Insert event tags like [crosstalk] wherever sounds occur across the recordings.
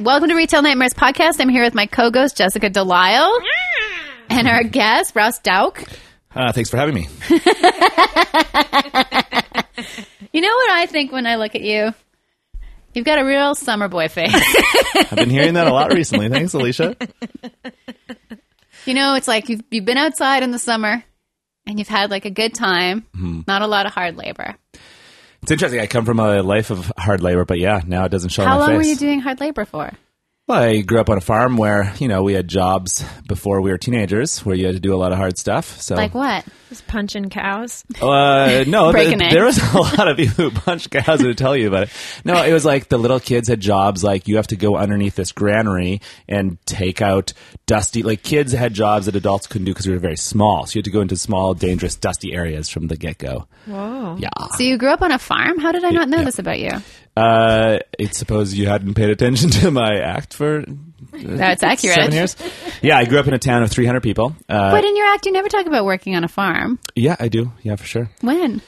Welcome to Retail Nightmares Podcast. I'm here with my co-ghost Jessica Delisle and our guest Rouse Dauk. Uh, thanks for having me. You know what I think when I look at you? You've got a real summer boy face. I've been hearing that a lot recently. Thanks, Alicia. you know, it's like you've you've been outside in the summer and you've had like a good time, Mm-hmm. not a lot of hard labor. It's interesting. I come from a life of hard labor, but yeah, now it doesn't show How on my long face. Oh. were you doing hard labor for? Well, I grew up on a farm where, you know, we had jobs before we were teenagers where you had to do a lot of hard stuff. So, Like what? Just punching cows. Uh, [laughs] no, there, Breaking eggs. there was a lot of people who punched cows who tell you about it. No, it was like the little kids had jobs like you have to go underneath this granary and take out dusty, like kids had jobs that adults couldn't do because we were very small. So you had to go into small, dangerous, dusty areas from the get go. Whoa. Yeah. So you grew up on a farm? How did I not know Yeah. this about you? Uh, it suppose you hadn't paid attention to my act for That's accurate. seven years. Yeah, I grew up in a town of 300 people. Uh, But in your act, you never talk about working on a farm. yeah, I do. Yeah, for sure. When?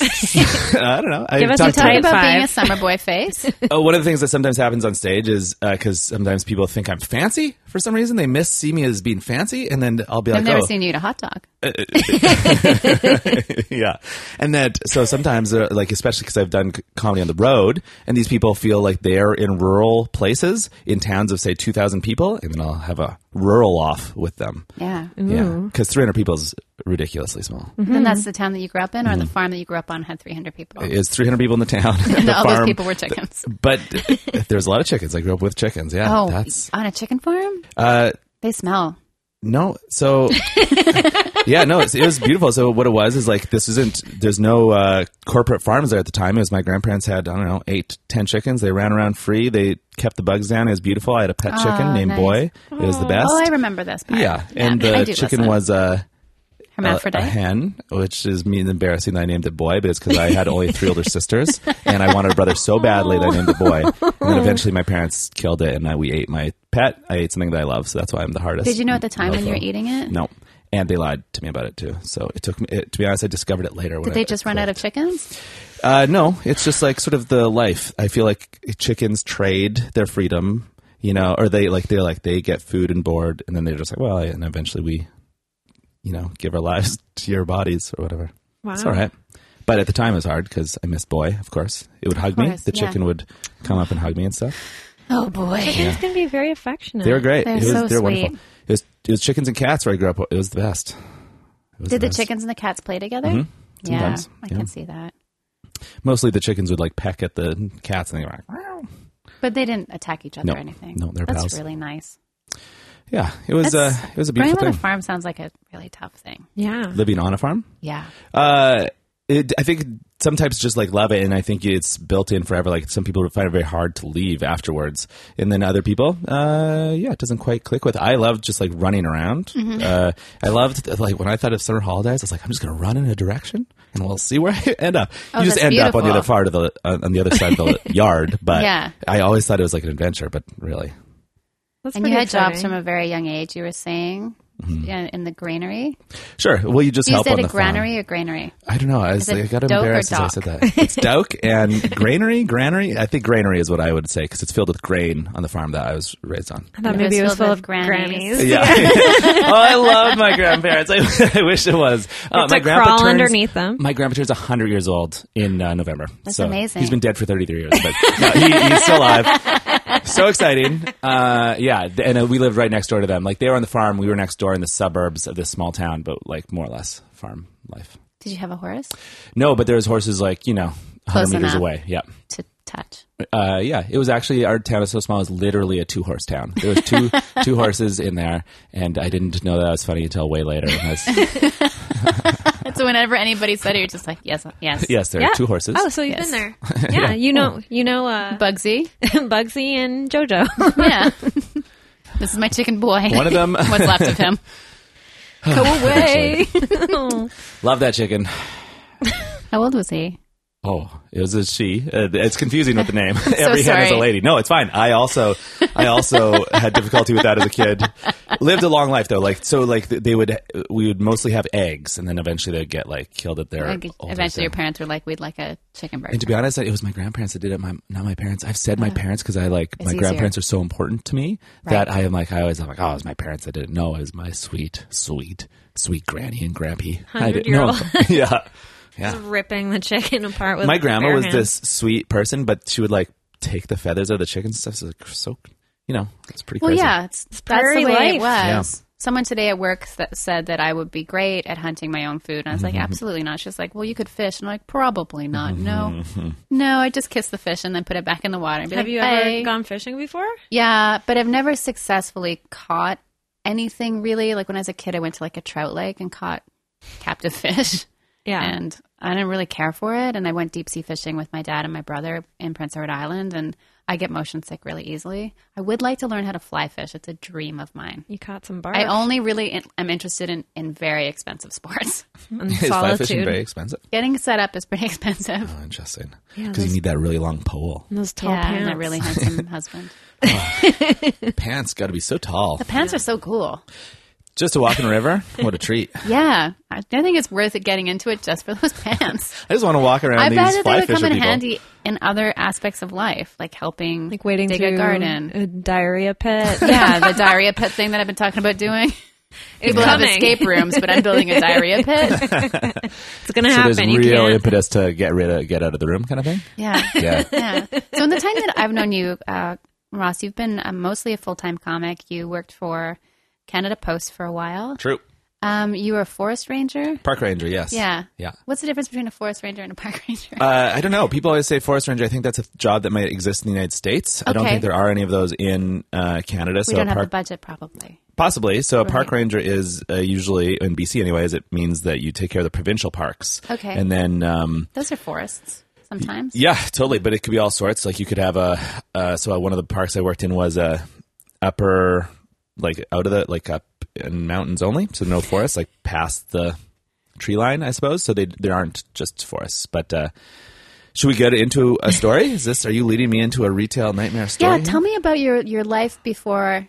I don't know. I Give us talked a to- Talk Type about being five. a summer boy [laughs] face. Oh, one of the things that sometimes happens on stage is because sometimes people think I'm fancy for some reason. They miss see me as being fancy, and then I'll be I've like, never "Oh, seen you eat a hot dog. [laughs] yeah." And that so sometimes, uh, like especially because I've done c- comedy on the road, and these people feel like they're in rural places in towns of say two thousand people, and then I'll have a rural off with them. Yeah. Yeah, Mm-hmm. because three hundred people is ridiculously small. Then that's the town that you grew up in, or the Hmm. farm that you grew up on had 300 people. It's three hundred people in the town. [laughs] and the all farm. those people were [laughs] chickens. But there's a lot of chickens. I grew up with chickens. Yeah, oh, that's on a chicken farm? uh, They smell. No, [laughs] so yeah, no, it's, it was beautiful. So what it was is like this isn't. There's no uh, corporate farms there at the time. It was my grandparents had I don't know eight, ten chickens. They ran around free. They kept the bugs down. It was beautiful. I had a pet Oh, chicken named nice. Boy. It was the best. Oh, I remember this. Part. yeah, and I the do chicken listen. was uh, a, a hermaphrodite. hen, which is me and embarrassing that I named it Boy, but it's because I had only three older sisters and I wanted a brother so badly that I named it Boy. And then eventually my parents killed it, and I, we ate my pet. I ate something that I love, so that's why I'm the hardest. Did you know at the time when you were mofo. eating it? No, and they lied to me about it too. So it took me. It, to be honest, I discovered it later. Did they just run out of chickens? Uh, no, it's just like sort of the life. I feel like chickens trade their freedom, you know, or they like they're like they get food and board, and then they're just like, well, and eventually we, you know, give our [laughs] lives to your bodies or whatever. Wow. It's all right. But at the time, it was hard because I missed boy. Of course, it would hug me. course, The yeah. chicken would come up and hug me and stuff. Oh boy. Chickens can be very affectionate. They were great. They're it was, so they were sweet. wonderful. It was, it was chickens and cats where I grew up. It was the best. It was Did the best. chickens and the cats play together? Yeah, Sometimes, I yeah. can see that. mostly the chickens would like peck at the cats and they were like, "Meow." But they didn't attack each other No. or anything. No, they're That's pals. really nice. yeah, it was uh, That's- it was a Growing beautiful up on a thing. farm sounds like a really tough thing. Yeah. Living on a farm, Yeah. uh, it, I think some types just like love it, and I think it's built in forever. Like some people find it very hard to leave afterwards, and then other people, uh, yeah, it doesn't quite click with. I loved just like running around. Mm-hmm. Uh, I loved like when I thought of summer holidays, I was like, I'm just going to run in a direction, and we'll see where [laughs] I end up. Oh, you just that's end up on the beautiful. other part of the uh, on the other side of the [laughs] yard, but Yeah. I always thought it was like an adventure, but really, That's and you pretty had jobs exciting. from a very young age, you were saying, Mm-hmm. yeah, in the granary. Sure. Well, you just You help said on a the farm. granary or granary? I don't know. I, was, Is it I got doke or embarrassed as I dock? said that. It's doke and granary. Granary. I think granary is what I would say because it's filled with grain on the farm that I was raised on. I thought It maybe was it was filled full with of grannies. grannies. [laughs] Yeah. oh, I love my grandparents. I, [laughs] I wish it was. Uh, Have my to grandpa crawl turns- underneath them. My grandpa turns 100 years old in uh, November. That's So amazing. He's been dead for 33 years, but no, he, he's still alive. [laughs] So exciting. Uh, yeah. th- And uh, we lived right next door to them. Like they were on the farm. We were next door in the suburbs of this small town, but like more or less farm life. Did you have a horse No, but there's horses like, you know, 100 Close meters enough. away. Yeah. to touch? Uh, yeah. It was actually, our town is so small, it was literally a two horse town. There was [laughs] two, two horses in there. And I didn't know that was funny until way later. [laughs] I was- so whenever anybody said it, you're just like, yes, yes. yes, there are two horses. Oh. Oh, so you've Yes. been there. [laughs] Yeah, you know, you know, uh, Bugsy. [laughs] Bugsy [laughs] and JoJo. Yeah. [laughs] this is my chicken boy. One of [laughs] them- What's left of [laughs] him? Go away. [laughs] Love that chicken. How old was he? Oh, it was a she. Uh, it's confusing with [laughs] the name. Every hen is a sorry. lady. No, it's fine. I also, I also had difficulty with that as a kid. Lived a long life though. Like so, like th- they would, we would mostly have eggs, and then eventually they'd get like killed at their. Like, older eventually, your stage. parents were like, "We'd like a chicken burger." And to be honest, it was my grandparents that did it. My not my parents. I've said my parents because I like my easier. grandparents are so important to me that Right. I am like I always I'm like oh it was my parents that did it. No, it was my sweet, sweet, sweet granny and grampy. I did- no. [laughs] 100-year-old. yeah, [laughs] yeah. ripping the chicken apart with my grandma bare was hands. this sweet person, but she would like take the feathers of the chicken and stuff. So, like, so you know, it's pretty well, crazy. [laughs] yeah, it's, that's prairie the way it life. was. Yeah. Someone today at work that said that I would be great at hunting my own food, and I was like, Mm-hmm. "Absolutely not." She's like, "Well, you could fish," and I'm like, "Probably not. No, Mm-hmm. no, I just kiss the fish and then put it back in the water." And be Have like, you ever "Hey." gone fishing before? Yeah, but I've never successfully caught anything really. Like when I was a kid, I went to like a trout lake and caught captive [laughs] fish, Yeah. and I didn't really care for it. And I went deep sea fishing with my dad and my brother in Prince Edward Island, and I get motion sick really easily. I would like to learn how to fly fish. It's a dream of mine. you caught some barf I only really in- am interested in, in very expensive sports. [laughs] in Is fly fishing solitude. very expensive? Getting set up is pretty [laughs] expensive. Oh, interesting. Yeah, Because you those- need that really long [laughs] pole. And those tall yeah, pants. and a really handsome [laughs] husband. Pants got to be so [laughs] tall. The pants are so cool. Just to walk in a river, what a treat! Yeah, I I think it's worth it getting into it just for those [laughs] pants. I just want to walk around I bet these that they fly would come fishing in people. handy in other aspects of life, like helping, like waiting dig through a garden. [laughs] a diarrhea pit. [laughs] yeah, the diarrhea pit thing that I've been talking about doing. People have coming. escape rooms, but I'm building a [laughs] diarrhea pit. it's gonna So happen. there's you real can't. impetus to get rid of, get out of the room, kind of thing. Yeah, Yeah. yeah. So in the time that I've known you, uh, Ross, you've been uh, mostly a full time comic. You worked for Canada Post for a while. [laughs] True. Um, you were a forest ranger. Park ranger, yes. Yeah. Yeah. What's the difference between a forest ranger and a [laughs] park ranger? Uh, I don't know. People always say forest ranger. I think that's a job that might exist in the United States. I don't Okay. think there are any of those in uh, Canada. we so a don't have park the budget, probably. [laughs] Possibly. So a park ranger is uh, usually in BC, anyways. It means that you take care of the provincial parks. Okay. And then, um, Those are forests sometimes. yeah, totally. But it could be all sorts. Like you could have a. Uh, so one of the parks I worked in was a upper, like out of the like up in mountains only, so no forest, like past the tree line, I suppose. So they there aren't just forests, but. uh should we get into a story? Is this? Are you leading me into a retail nightmare story? Yeah, here? tell me about your your life before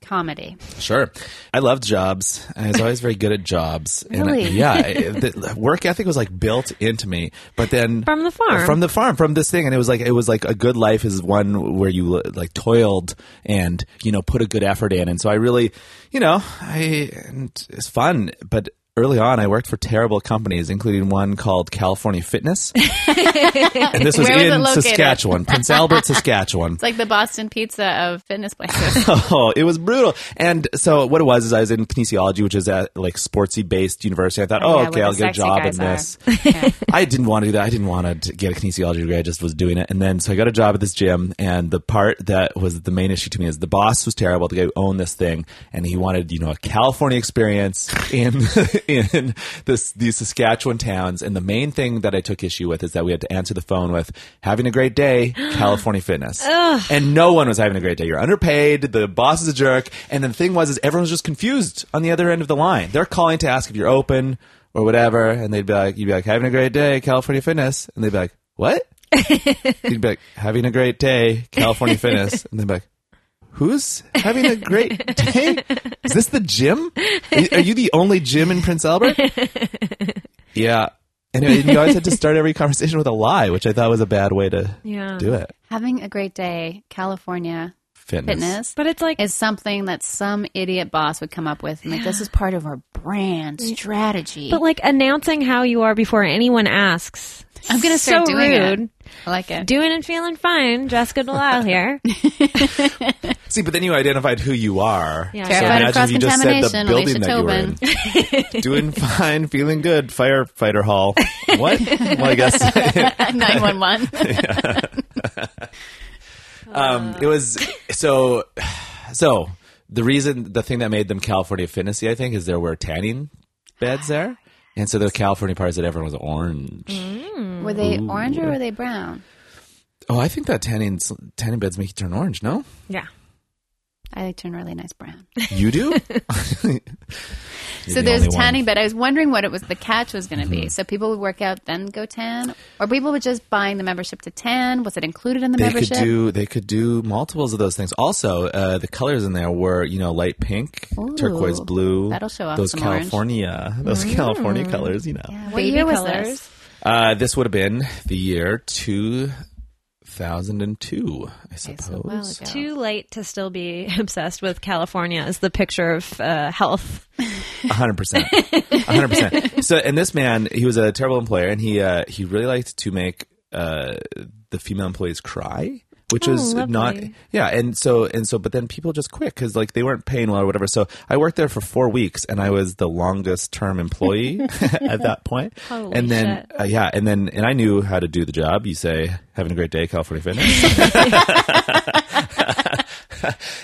comedy. Sure. I loved jobs. I was always very good at jobs. Really? And I, [laughs] yeah. I- the work ethic was like built into me. But then From the farm. From the farm, from this thing and it was like it was like a good life is one where you like toiled and, you know, put a good effort in. And so I really, you know, I and it's fun, but Early on, I worked for terrible companies, including one called [laughs] California Fitness. and this was Where was it in located? Saskatchewan, Prince Albert, Saskatchewan. It's like the Boston Pizza of fitness places. Oh, it was brutal. [laughs] And so what it was is I was in kinesiology, which is a like sportsy based university. I thought, Yeah, oh, where okay, the I'll get a sexy job in guys are. this. [laughs] Yeah. [laughs] I didn't want to do that. I didn't want to get a kinesiology degree. I just was doing it. And then, so I got a job at this gym. And the part that was the main issue to me is the boss was terrible. The guy who owned this thing and he wanted, you know, a California experience [laughs] in, in this, these Saskatchewan towns. And the main thing that I took issue with is that we had to answer the phone with having a great day, California fitness. and no one was having a great day. You're underpaid. The boss is a jerk. And the thing was, is everyone was just confused on the other end of the line. They're calling to ask if you're open or whatever, and they'd be like, you'd be like, having a great day, California Fitness, and they'd be like, what? you'd be like, having a great day, California Fitness, and they'd be like, who's having a great day? Is this the gym? Are you the only gym in Prince Albert? yeah. And you always had to start every conversation with a lie, which I thought was a bad way to yeah. do it. [laughs] Having a great day, California fitness But it's like is something that some idiot boss would come up with. and, Like this is part of our brand strategy. but like announcing how you are before anyone asks. I'm gonna start so doing it. rude. I like [laughs] it. Doing and feeling fine, Jessica Delisle [laughs] here. See, but then you identified who you are. Yeah. So Terrified of imagine if you just said the cross-contamination, building Alicia that you were [laughs] in. Doing fine, feeling good, firefighter hall. What? Well, I guess [laughs] Nine one one. um, it was so. So the reason, the thing that made them California Fitnessy, I think, is there were tanning beds there, and so the California part is that everyone was orange. Mm-hmm. Were they orange or were they brown? Oh, I think that tanning tanning beds make you turn orange. No, yeah. [laughs] [laughs] I like turn really nice brown. you do. So the there's only one. tanning, but I was wondering what it was the catch was going to be. So people would work out then go tan, or people were just buying the membership to tan. Was it included in the They membership? could do they could do multiples of those things. Also, uh, the colors in there were you know light pink, Ooh, turquoise blue. that'll show off those some orange. Mm. California those California colors. You know, what Baby year was colors. this? uh, this would have been the year two thousand and two, I suppose. so a while ago. Too late to still be [laughs] obsessed with California is the picture of uh, health. hundred percent, hundred percent. So, and this man, he was a terrible employer, and he uh, he really liked to make uh, the female employees cry, which is Oh, lovely. not yeah. And so and so, but then people just quit because like they weren't paying well or whatever. So I worked there for four weeks, and I was the longest term [laughs] employee at that point. Holy and then shit. uh, yeah, and then and I knew how to do the job. You say having a great day, California Fitness.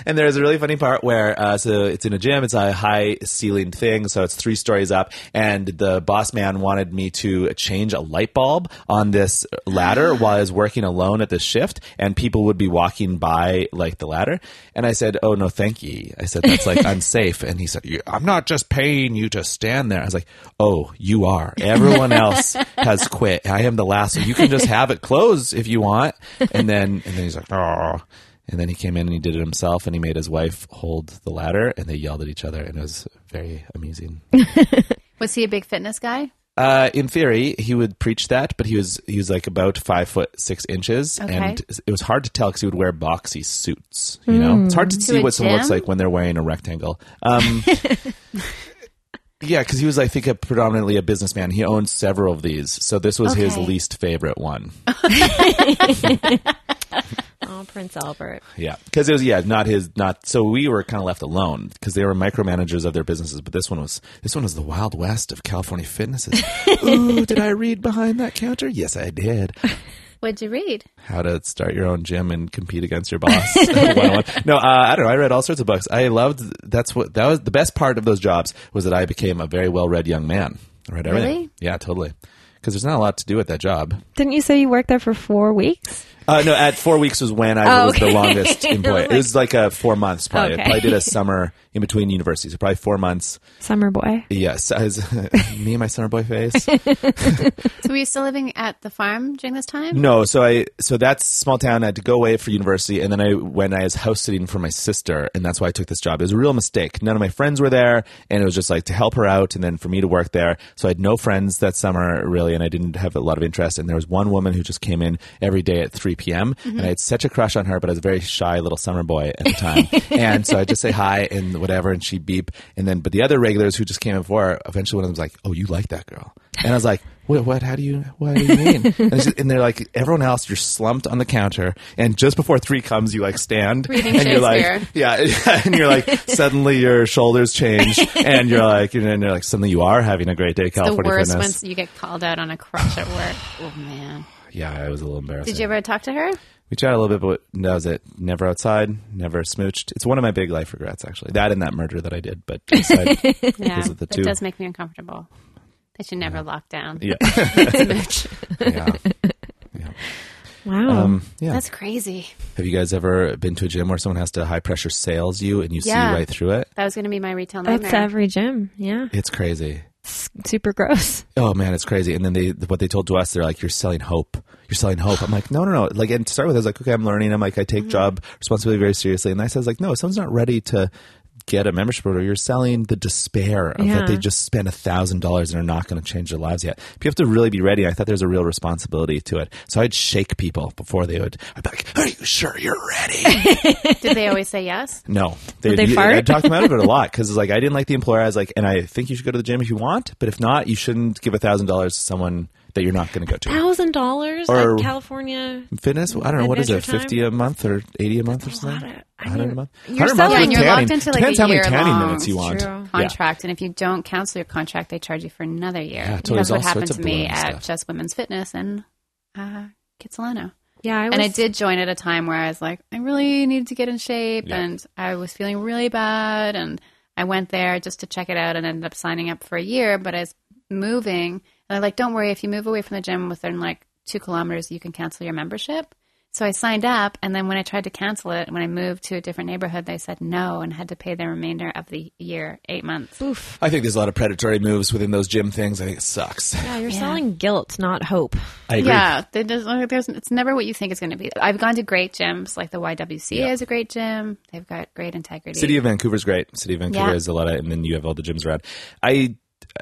And there's a really funny part where, uh, so it's in a gym, it's a high ceilinged thing, so it's three stories up, and the boss man wanted me to change a light bulb on this ladder while I was working alone at this shift, and people would be walking by like the ladder. And I said, Oh, no, thank you. I said, That's like unsafe. And he said, "You- I'm not just paying you to stand there. I was like, Oh, you are. Everyone else has quit. I am the last. one. You can just have it closed if you want. And then, and then he's like, Oh. And then he came in and he did it himself, and he made his wife hold the ladder, and they yelled at each other, and it was very [laughs] amusing. Was he a big fitness guy? uh, in theory, he would preach that, but he was he was like about five foot six inches, Okay. and it was hard to tell because he would wear boxy suits. You know, it's hard to, see Hmm. a what someone looks gym? like when they're wearing a rectangle. [laughs] Um, yeah, because he was, I think, a predominantly a businessman. He owned several of these, so this was his Okay. least favorite one. Oh, Prince Albert. Yeah, because it was yeah not his not so we were kind of left alone because they were micromanagers of their businesses, but this one was this one was the wild west of California fitnesses. Ooh, did I read behind that counter? Yes, I did. What'd you read? How to start your own gym and compete against your boss. 101. no, uh, I don't know. I read all sorts of books. I loved that's what that was the best part of those jobs was that I became a very well read young man. I read everything. Really? Yeah, totally. Because there's not a lot to do at that job. Didn't you say you worked there for four weeks? Uh, no, at four weeks was when I Oh, was the okay. [laughs] longest employee. It was like uh, four months probably. Okay. [laughs] I probably did a summer in between universities. Probably four months. Summer boy. Yes, [laughs] I was, me and my summer boy [laughs] face. So were you still living at the farm during this time? No, so I so that's small town. I had to go away for university, and then I when I was house sitting for my sister, and that's why I took this job. It was a real mistake. None of my friends were there, and it was just like to help her out, and then for me to work there. So I had no friends that summer really, and I didn't have a lot of interest. And there was one woman who just came in every day at three p.m. Mm-hmm. and I had such a crush on her, but I was a very shy little summer boy at [laughs] the time, and so I just say hi and whatever, and she would beep, and then but the other regulars who just came in for her, eventually one of them was like, "Oh, you like that girl." And I was like, what, what, how do you, what do you [laughs] mean? and, it's just- and they're like, everyone else, you're slumped on the counter. And just before three comes, you like stand Reading and you're like, Shakespeare. yeah. [laughs] And you're like, [laughs] suddenly your shoulders change and you're like, and then they're like, suddenly you are having a great day, The California worst fitness. once you get called out on a crush at [sighs] work. Oh man. Yeah. I was a little embarrassed. Did you ever talk to her? We chatted a little bit, but that was it. Never outside, never smooched. It's one of my big life regrets, actually. That and that murder that I did, [laughs] but aside, [laughs] Yeah. Those are the That two. does make me uncomfortable. That you never lock down. [laughs] yeah. yeah. Yeah. Wow. Um, yeah. Hmm. That's crazy. Have you guys ever been to a gym where someone has to high pressure sales you and you Yeah. see right through it? That was going to be my retail nightmare. That's every gym. Yeah. It's crazy. It's super gross. Oh man, it's crazy. And then they what they told to us, they're like, "You're selling hope. You're selling hope." I'm like, "No, no, no." Like, and to start with, I was like, "Okay, I'm learning." I'm like, I take job responsibility very seriously. And I says like, "No, if someone's not ready to." Get a membership order. You're selling the despair of Yeah. that they just spent a thousand dollars and are not going to change their lives yet. People have to really be ready. I thought there was a real responsibility to it, so I'd shake people before they would. I'd be like, "Are you sure you're ready?" Did they always say [laughs] yes? No, they fart? I talked them out of it a lot because like I didn't like the employer. I was like, and I think you should go to the gym if you want, but if not, you shouldn't give a thousand dollars to someone that you're not going to go to. Thousand dollars Or- at California. Fitness? I don't know what is it, Adventure time? fifty a month or eighty a month or a lot something? of- I Hundred a mean, month. you're 100 a month selling- with You're locked tanning. into, like, a depends how many year tanning long. minutes you It's want. true. Contract, and if you don't cancel your contract, they charge you for another year. Yeah, totally. That's There's all what happened sorts to of me balloon at stuff. Just Women's Fitness and uh, Kitsilano. Yeah, I was, and I did join at a time where I was like, I really needed to get in shape, Yeah. and I was feeling really bad, and I went there just to check it out, and ended up signing up for a year. But I was moving, and they're like, "Don't worry, if you move away from the gym within like two kilometers, you can cancel your membership." So I signed up, and then when I tried to cancel it, when I moved to a different neighborhood, they said no and had to pay the remainder of the year, eight months. Oof. I think there's a lot of predatory moves within those gym things. I think it sucks. Yeah, you're selling guilt, not hope. I agree. Yeah, there does- like, there's, it's never what you think it's going to be. I've gone to great gyms, like the YWCA is a great gym. They've got great integrity. City of Vancouver's great. City of Vancouver Yeah. is a lot of, and then you have all the gyms around. I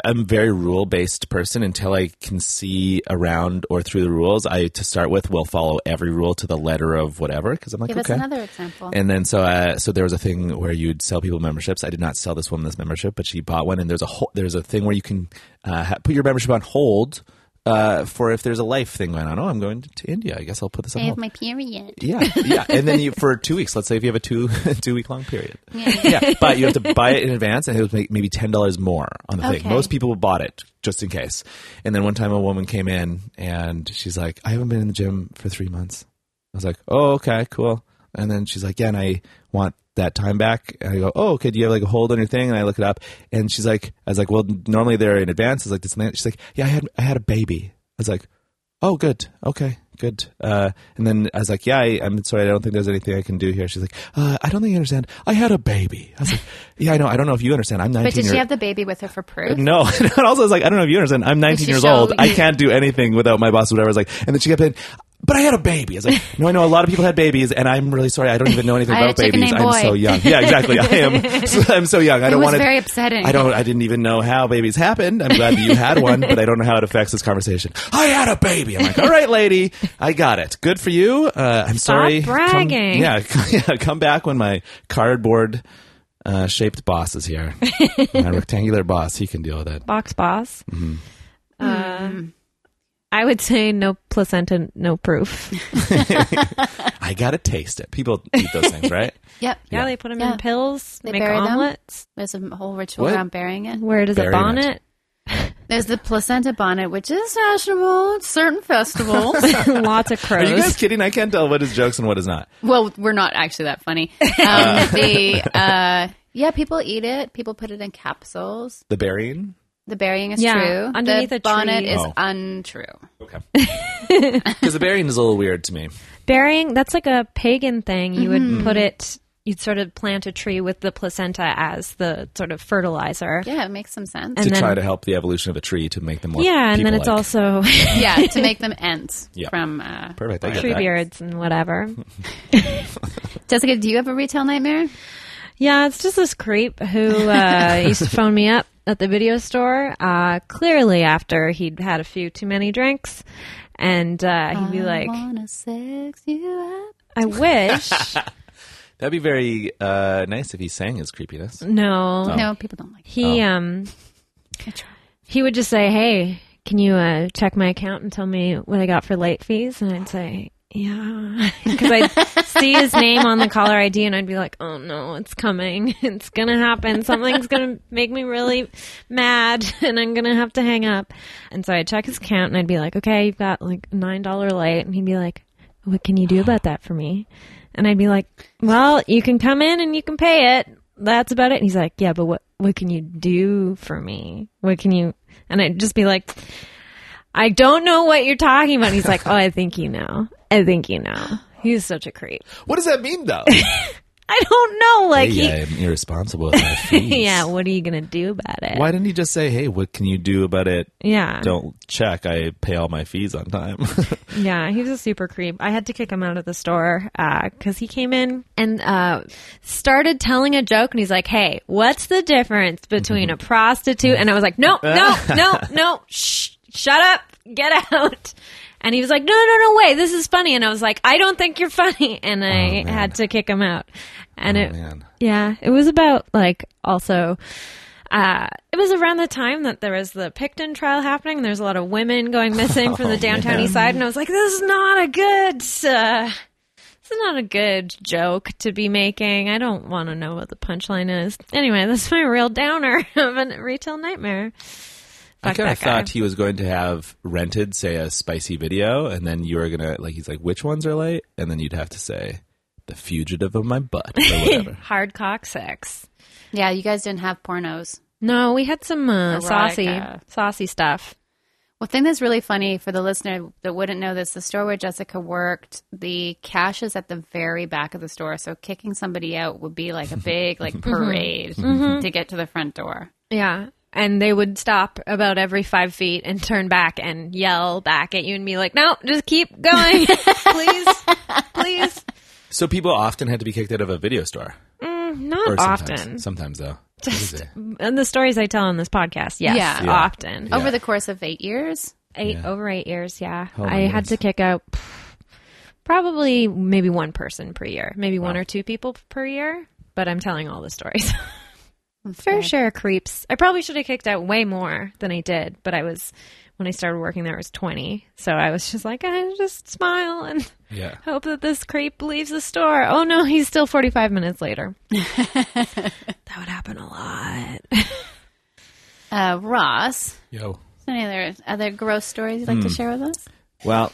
am a very rule based person until I can see around or through the rules. I to start with will follow every rule to the letter of whatever because I'm like yeah, that's okay. another example. and then so uh, so there was a thing where you'd sell people memberships. I did not sell this woman this membership, but she bought one. And there's a whole, there's a thing where you can uh, ha- put your membership on hold uh, for if there's a life thing going on. Oh, I'm going to India. I guess I'll put this on I have hold. my period. Yeah, yeah, and then you for two weeks. Let's say if you have a two [laughs] two week long period, [laughs] yeah. but you have to buy it in advance, and it was like maybe ten dollars more on the Okay. thing. Most people bought it just in case. And then one time, a woman came in and she's like, "I haven't been in the gym for three months." I was like, "Oh, okay, cool." And then she's like, "Yeah, and I want that time back." And I go, "Oh, okay. Do you have like a hold on your thing?" And I look it up, and she's like, "I was like, well, normally they're in advance." I was like, "This and that." She's like, "Yeah, I had I had a baby." I was like. Oh, good. Okay, good. Uh, and then I was like, yeah, I, I'm sorry. I don't think there's anything I can do here. She's like, uh, I don't think you understand. I had a baby. I was like, [laughs] yeah, I know. I don't know if you understand. I'm 19 But did year- she have the baby with her for proof? no, [laughs] and also I was like, I don't know if you understand. I'm 19 she years show old. [laughs] I you- can't do anything without my boss. Or whatever. I was like, and then she kept in, but I had a baby. I was like, no, I know a lot of people had babies, and I'm really sorry. I don't even know anything I had about a chicken babies. named I'm Boy. so young. Yeah, exactly. I [laughs] am. [laughs] So, I'm so young. I don't was want very upsetting. I don't. I didn't even know how babies happened. I'm glad that you had one, but I don't know how it affects this conversation. I had a baby. I'm like, all right, lady, I got it. Good for you. Uh, I'm sorry. Come- bragging. yeah, [laughs] yeah, come back when my cardboard. Uh, shaped boss is [laughs] here. My rectangular boss, he can deal with it. Box boss. Mm-hmm. Uh, I would say no placenta, no proof. I gotta taste it. People eat those things, [laughs] right? Yep. Yeah, they put them Yeah. in pills, They make bury them? omelets. There's a whole ritual What? around burying it. Where does a Bury it. [laughs] bonnet? There's the placenta bonnet, which is fashionable at certain festivals. [laughs] Lots of Are you guys crows. kidding? I can't tell what is jokes and what is not. well, we're not actually that [laughs] funny. Um, the uh, yeah, people eat it. People put it in capsules. The burying. The burying is Yeah, true. underneath the a bonnet tree. is Oh. untrue. Okay. [laughs] Because the burying is a little weird to me. Burying, that's like a pagan thing. You Mm-hmm. would put it, you'd sort of plant a tree with the placenta as the sort of fertilizer. Yeah, it makes some sense. And to then- try to help the evolution of a tree to make them more. yeah, and then it's people-like. also yeah, to make them ends Yeah. from. Uh, perfect. I get [laughs] tree that. beards and whatever. Jessica, do you have a retail nightmare? Yeah, it's just this creep who uh, used to phone me up at the video store. Uh, clearly, after he'd had a few too many drinks, and uh, Uh-huh. he'd be like, wanna sex you up. "I wish." That'd be very uh, nice if he sang his creepiness. no, No, people don't like. he um, he would just say, "Hey, can you uh, check my account and tell me what I got for late fees?" And I'd say, "Yeah," [laughs] because I'd see his name on the caller ID, and I'd be like, "Oh no, it's coming! [laughs] It's gonna happen! Something's gonna make me really mad, [laughs] and I'm gonna have to hang up." And so I'd check his account, and I'd be like, "Okay, you've got like nine dollar late," and he'd be like, "What can you do about that for me?" And I'd be like, "Well, you can come in and you can pay it." That's about it. And he's like, yeah, but what, what can you do for me? What can you, and I'd just be like, I don't know what you're talking about. And he's like, Oh, I think you know. I think you know. He's such a creep. What does that mean, [laughs] though? I don't know. Like, hey, he, I'm irresponsible with [laughs] my fees. yeah, what are you going to do about it? Why didn't he just say, "Hey, what can you do about it? Yeah. Don't check. I pay all my fees on time." [laughs] Yeah, he's a super creep. I had to kick him out of the store because he came in and uh, started telling a joke, and he's like, "Hey, what's the [laughs] difference between a prostitute?" And I was like, "No, no, no, no! Shh, shut up, get out!" And he was like, "No, no, no, wait, this is funny." And I was like, "I don't think you're funny," and I Oh, man. Oh, had to kick him out. And it, man. yeah, it was about like also. Uh, it was around the time that there was the Picton trial happening. There's a lot of women going [laughs] missing from the Oh, downtown east side, and I was like, "This is not a good, uh, this is not a good joke to be making. I don't want to know what the punchline is." Anyway, that's my real downer [laughs] of a retail nightmare. I Fuck kind of that guy. thought he was going to have rented, say, a spicy video, and then you were gonna like. He's like, "Which ones are late?" And then you'd have to say, "The fugitive of my butt," [laughs] or whatever. Hard cock sex. Yeah, you guys didn't have pornos. No, we had some uh, saucy, Erotica. saucy stuff. Well, thing that's really funny for the listener that wouldn't know this, the store where Jessica worked, the cash is at the very back of the store. So kicking somebody out would be like a big [laughs] like parade to get to the front door. Yeah. And they would stop about every five feet and turn back and yell back at you and be like, no, just keep going. please, please. So people often had to be kicked out of a video store. Mm, Not sometimes. often. Sometimes though. Just, And the stories I tell on this podcast, yes, Yeah. Yeah. often. Over the course of eight years, Eight over eight years, yeah. my I had goodness. to kick out pff, probably maybe one person per year, maybe one or two people per year. But I'm telling all the stories. [laughs] For sure, creeps. I probably should have kicked out way more than I did, but I was when I started working there, I was 20, so I was just like, I just smile and [laughs] yeah. hope that this creep leaves the store. Oh no, he's still 45 minutes [laughs] later. that would happen a lot. uh, Ross. Yo. Any other other gross stories you'd like Hmm. to share with us? Well,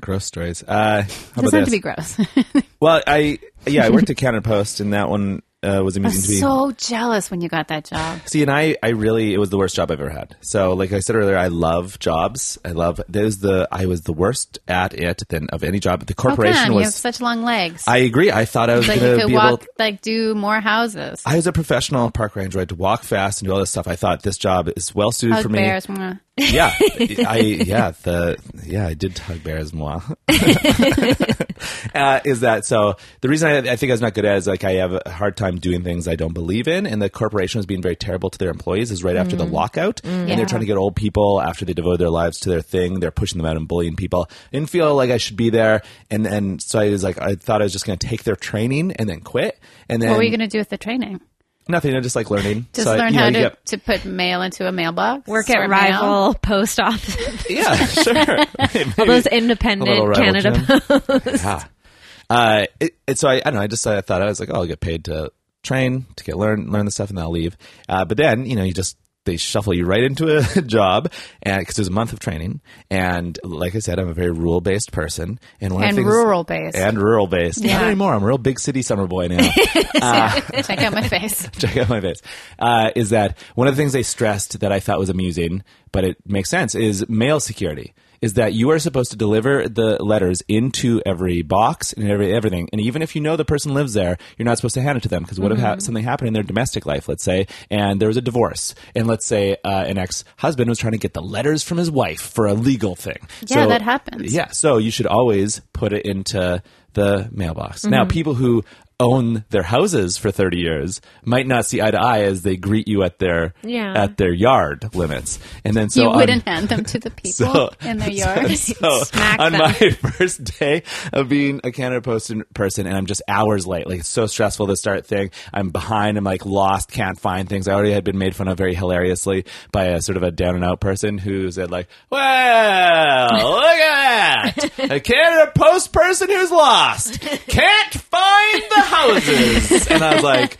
gross stories. Uh, how Doesn't have about this? to be gross. well, I yeah, I [laughs] worked at Canada Post, and that one uh, was I amusing to was me. so jealous when you got that job. See, and I, I really, it was the worst job I've ever had. So, like I said earlier, I love jobs. I love. There's the I was the worst at it than of any job. The Oh, corporation come! You have was. such long legs. I agree. I thought I was like going you to could be walk, able. like do more houses. I was a professional park ranger. I had to walk fast and do all this stuff. I thought this job is well suited Hug for me. bears. mwah. [laughs] Yeah, I yeah the yeah I did tug bears moi. [laughs] [laughs] uh, is that so? The reason I, I think I was not good at it is like I have a hard time doing things I don't believe in, and the corporation was being very terrible to their employees. Is right after the lockout, and Mm. Yeah. they're trying to get old people after they devoted their lives to their thing. They're pushing them out and bullying people. I didn't feel like I should be there, and then so I was like I thought I was just going to take their training and then quit, and then What were you going to do with the training? nothing. I just like learning. Just So I- learn you know, how you to, get- to put mail into a mailbox. [laughs] Work at or mail? rival post office. [laughs] yeah, [laughs] sure. All those A little independent rival Canada [laughs] gym. [laughs] yeah. Uh, it, it, so I, I don't know. I just I thought I was like, oh, I'll get paid to train to get learn learn the stuff, and then I'll leave. Uh, but then you know, you just they shuffle you right into a [laughs] job, and because there's a month of training, and like I said, I'm a very rule based person, and one of and the things- rural based. and rural based. Not Yeah. anymore. I'm a real big city summer boy now. [laughs] Check out my face. check out my face. Uh, is that one of the things they stressed that I thought was amusing, but it makes sense, is mail security. Is that you are supposed to deliver the letters into every box and every everything, and even if you know the person lives there, you're not supposed to hand it to them because what if Mm-hmm. ha- something happened in their domestic life, let's say, and there was a divorce, and let's say uh, an ex-husband was trying to get the letters from his wife for a legal thing. Yeah, that happens. Yeah, so you should always put it into the mailbox. Mm-hmm. Now, people who own their houses for 30 years might not see eye to eye as they greet you at their Yeah. at their yard limits. And then [laughs] so you on- wouldn't hand them [laughs] to the people so- in their yard. [laughs] so Smack on them. my [laughs] first day of being a Canada Post in- person, and I'm just hours late. Like it's so stressful to start thing. I'm behind. I'm like lost. Can't find things. I already had been made fun of very hilariously by a sort of a down and out person who said like, [laughs] "Well, look at that, a Canada Post person who's lost can't find the houses," and I was like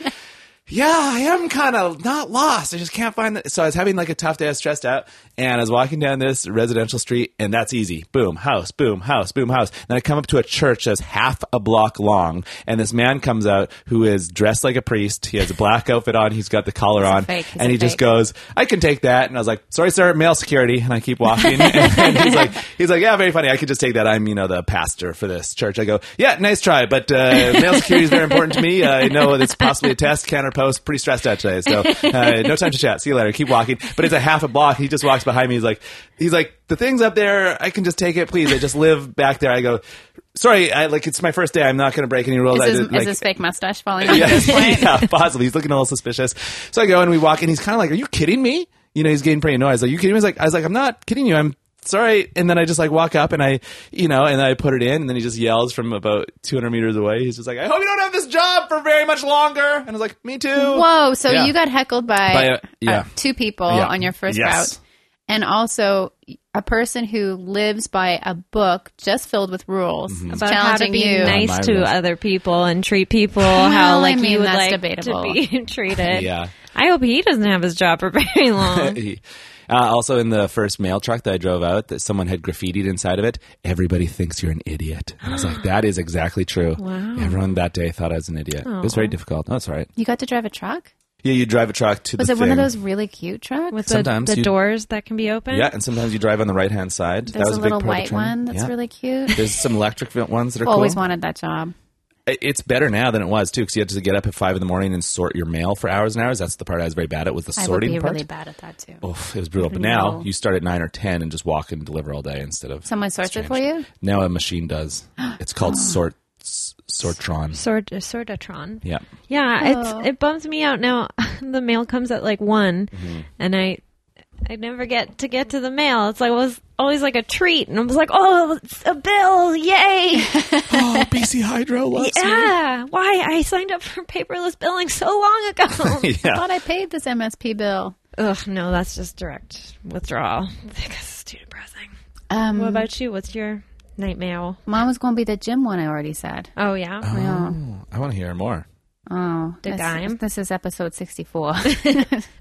yeah, I am kind of not lost. I just can't find that. So I was having like a tough day. I was stressed out and I was walking down this residential street and that's easy. Boom, house, boom, house, boom, house. Then I come up to a church that's half a block long and this man comes out who is dressed like a priest. He has a black outfit on. He's got the collar on fake. He's and a he just fake. goes, I can take that. And I was like, sorry, sir, mail security. And I keep walking [laughs] and, and he's like, he's like, yeah, very funny. I could just take that. I'm, you know, the pastor for this church. I go, yeah, nice try. But, uh, mail security is very important to me. Uh, I know it's possibly a test, counter post, pretty stressed out today. So, uh, no time to chat. See you later. Keep walking. But it's a half a block. He just walks behind me. He's like, he's like, the thing's up there. I can just take it. Please. I just live back there. I go, sorry. I like, it's my first day. I'm not going to break any rules. Is I his, did, like, is his fake mustache falling off? [laughs] yeah, yeah, possibly. He's looking a little suspicious. So I go and we walk, and he's kind of like, "Are you kidding me?" You know, he's getting pretty annoyed. I was like, "You kidding me?" I was like, "I was like, I'm not kidding you. I'm sorry." And then I just like walk up and I, you know, and I put it in, and then he just yells from about 200 meters away. He's just like, "I hope you don't have this job for very much longer." And I was like, "Me too." [laughs] Whoa! So Yeah. you got heckled by, By a- yeah. uh, two people Yeah. on your first Yes. route, and also a person who lives by a book just filled with rules Mm-hmm. about how to challenging be you. On nice my to list. other people and [laughs] treat people Well, how like I mean, you would that's like debatable. to be [laughs] treated. Yeah. I hope he doesn't have his job for [laughs] [laughs] very long. He- Uh, also, in the first mail truck that I drove out, that someone had graffitied inside of it. Everybody thinks you're an idiot. And I was like, that is exactly true. Wow. Everyone that day thought I was an idiot. It was very difficult. Oh, it's all right. You got to drive a truck. Yeah, you drive a truck to Was the it one of thing. those really cute trucks? with Sometimes the, the you- doors that can be open. Yeah, and sometimes you drive on the right hand side. that There's was a big little part of the white training. one that's Yeah. really cute. There's some electric ones that are Always cool. wanted that job. It- It's better now than it was too, because you had to get up at five in the morning and sort your mail for hours and hours. That's the part I was very bad at. Was the I would sorting be part? really bad at that too. Oof, it was brutal. But now No. you start at nine or ten and just walk and deliver all day instead of Someone sorts it for you. Now a machine [gasps] does. It's called Ah. sort S- sortron. Sort sortatron. [gasps] Yeah, Yeah, Oh. it's it bums me out now. [laughs] the mail comes at like one, Mm-hmm. and I I never get to get to the mail. It's like it was always like a treat, and I was like, oh, it's a bill, [laughs] yay! oh, BC Hydro loves yeah, why I signed up for paperless billing so long ago. [laughs] [laughs] me. I yeah, thought I paid this MSP bill. Ugh, no, that's just direct withdrawal. [laughs] That's too depressing. Um, What about you? What's your nightmare? mine was going to be the gym one. I already said. Oh yeah, Oh, I want to hear more. Oh, The this, dime? This is episode sixty-four.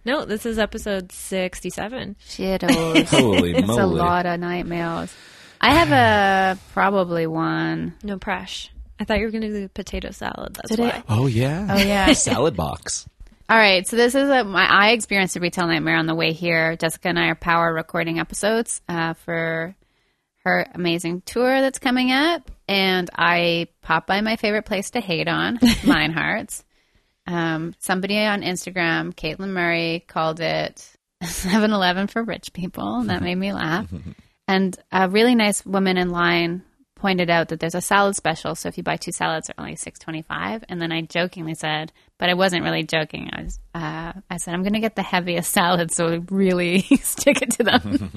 no, this is episode sixty-seven. [laughs] Shittos. [laughs] Holy it's moly! a lot of nightmares. I have a probably one. No presh. I thought you were going to do potato salad. That's Did why. it- Oh yeah. Oh yeah. Salad box. All right, so this is a, my I experienced a retail nightmare on the way here. Jessica and I are power recording episodes uh, for her amazing tour that's coming up, and I pop by my favorite place to hate on, Mine Hearts. Um, somebody on Instagram, Caitlin Murray, called it [laughs] 7-Eleven for rich people, and that made me laugh. And a really nice woman in line pointed out that there's a salad special, so if you buy two salads, they're only six twenty-five. And then I jokingly said, but I wasn't really joking. I was, uh, I said, I'm going to get the heaviest [laughs] salad, so really [laughs] stick it to them.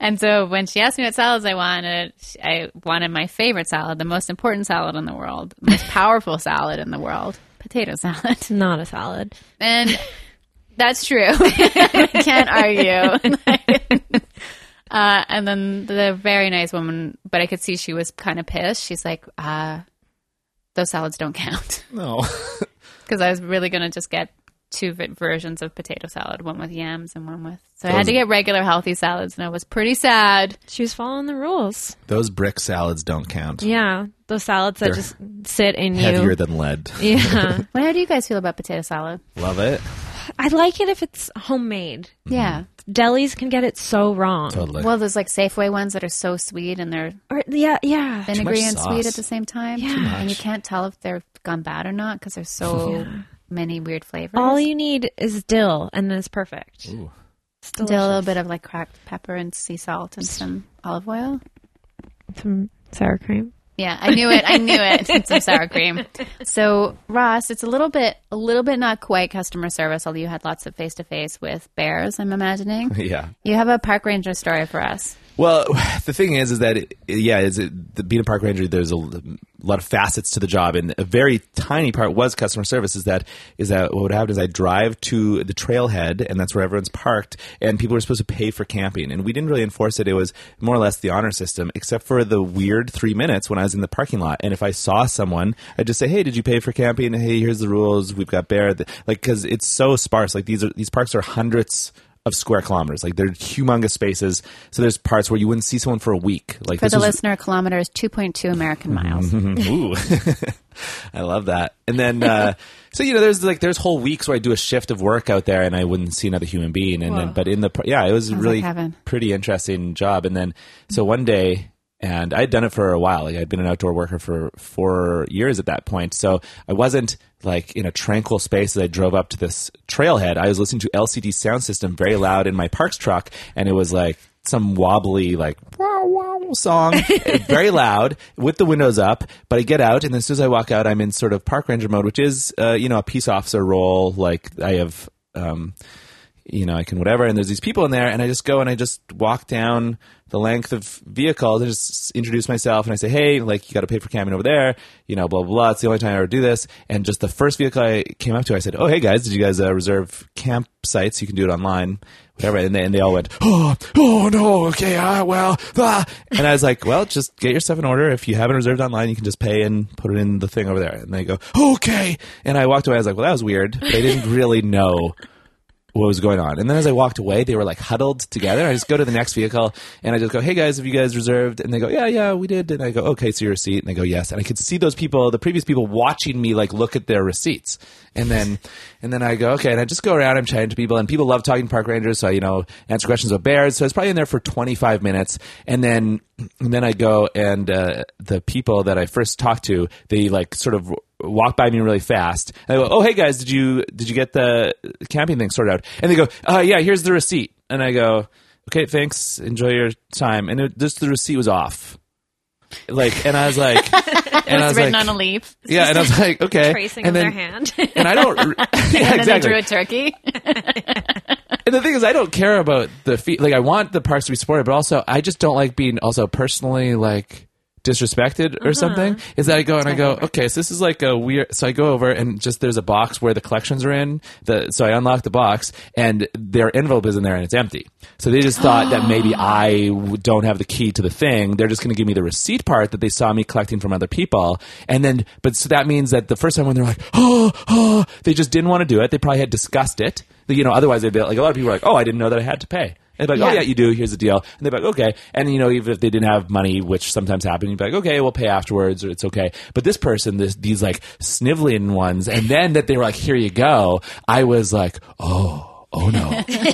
and so when she asked me what salads I wanted, sh- I wanted my favorite salad, the most important salad in the world, most powerful salad in the world, potato salad. Not a salad. And [laughs] that's true. I [laughs] can't [laughs] argue. uh, and then the very nice woman, but I could see she was kind of pissed. She's like, uh, those salads don't count. [laughs] No. [laughs] Because I was really going to just get two v- versions of potato salad one with yams and one with. So I had Those- to get regular healthy salads, and I was pretty sad. She was following the rules. Those brick salads don't count. Yeah, those salads that They're just sit in Heavier you. than lead. [laughs] yeah, Well, how do you guys feel about potato salad? Love it. I like it if it's homemade. Yeah. Delis can get it so wrong. Totally. Well, there's like Safeway ones that are so sweet and they're Or yeah, yeah. vinegary much and sauce. sweet at the same time. Yeah. Too And you can't tell if they've gone bad or not because there's so many weird flavors. All you need is dill, and then it's perfect. Ooh. It's Still delicious. a little bit of like cracked pepper and sea salt and some olive oil. Some sour cream. Yeah, I knew it. I knew [laughs] it. And some sour cream. So Ross, it's a little bit, a little bit not quite customer service. Although you had lots of face to face with bears, I'm [laughs] imagining. [laughs] Yeah. You have a park ranger story for us. Well, [sighs] the thing is, is that it, yeah, is it, the being a park ranger, there's a l- lot of facets to the job, and a very tiny part was customer service. Is that is that what would happen is I drive to the trailhead, and that's where everyone's parked, and people are supposed to pay for camping, and we didn't really enforce it. It was more or less the honor system, except for the weird three minutes when I was in the parking lot, and if I saw someone, I'd just say, "Hey, did you pay for camping? Hey, here's the rules. We've got bear." Th- Like because it's so sparse. Like these are these parks are hundreds of square kilometers. Like they're humongous spaces. So there's parts where you wouldn't see someone for a week. Like For this the was- listener, kilometer is 2.2 American [laughs] miles. Ooh, [laughs] I love that. And then, uh, so you know, there's like there's whole weeks where I do a shift of work out there, and I wouldn't see another human being. And then, Whoa. but in the yeah, it was Sounds really like heaven. pretty interesting job. And then, so one day. And I'd done it for a while. Like I'd been an outdoor worker for four years at that point. So I wasn't like in a tranquil space as I drove up to this trailhead. I was listening to LCD sound system very loud in my parks truck. And it was like some wobbly, like wow, wow song, very loud with the windows up. But I get out, and as soon as I walk out, I'm in sort of park ranger mode, which is, uh, you know, a peace officer role. Like I have, um, you know, I can whatever. And there's these people in there, and I just go and I just walk down the length of vehicles and just introduce myself, and I say, hey, like you got to pay for camping over there, you know, blah blah blah. It's the only time I ever do this. And just the first vehicle I came up to, I said, oh hey guys, did you guys uh, reserve campsites? You can do it online. Whatever, and they, and they all went, oh, oh no, okay, ah, well, ah. and I was like, well, just get your stuff in order. If you haven't reserved online, you can just pay and put it in the thing over there. And they go, okay, and I walked away. I was like, well, that was weird. They didn't really know what was going on. And then as I walked away, they were like huddled together. I just go to the next vehicle and I just go, "Hey guys, have you guys reserved?" And they go, "Yeah, yeah, we did." And I go, "Okay, so your receipt?" And they go, "Yes." And I could see those people, the previous people, watching me like look at their receipts. And then, and then I go, "Okay." And I just go around. I'm chatting to people, and people love talking to park rangers, so I, you know, answer questions about bears. So I was probably in there for 25 minutes, and then, and then I go and uh, the people that I first talked to, they like sort of walk by me really fast. And I go, "Oh, hey guys, did you did you get the camping thing sorted out?" And they go, "Uh, yeah, here's the receipt." And I go, "Okay, thanks. Enjoy your time." And it, just the receipt was off. Like, and I was [laughs] like, and I It's was written like, on a [laughs] leaf. yeah, and I was [laughs] like, okay, Tracing and in then, their hand. [laughs] and I don't, [laughs] yeah, And then exactly. they drew a turkey. [laughs] And the thing is, I don't care about the fee. Like, I want the parks to be supported, but also, I just don't like being also personally like disrespected or something. Is that I go and I go, okay, so this is like a weird. So I go over and just there's a box where the collections are in. The so I unlock the box and their envelope is in there and it's empty. So they just thought that maybe I w- don't have the key to the thing. They're just going to give me the receipt part that they saw me collecting from other people. And then, but so that means that the first time when they're like, oh, oh, they just didn't want to do it. They probably had discussed it. You know, otherwise they'd be like, a lot of people are like, oh, I didn't know that I had to pay. And they're like, oh, Yeah. yeah, you do. Here's the deal. And they're like, okay. And, you know, even if they didn't have money, which sometimes happens, you'd be like, okay, we'll pay afterwards or it's okay. But this person, this, these like sniveling ones, and then that they were like, here you go. I was like, oh. Oh no,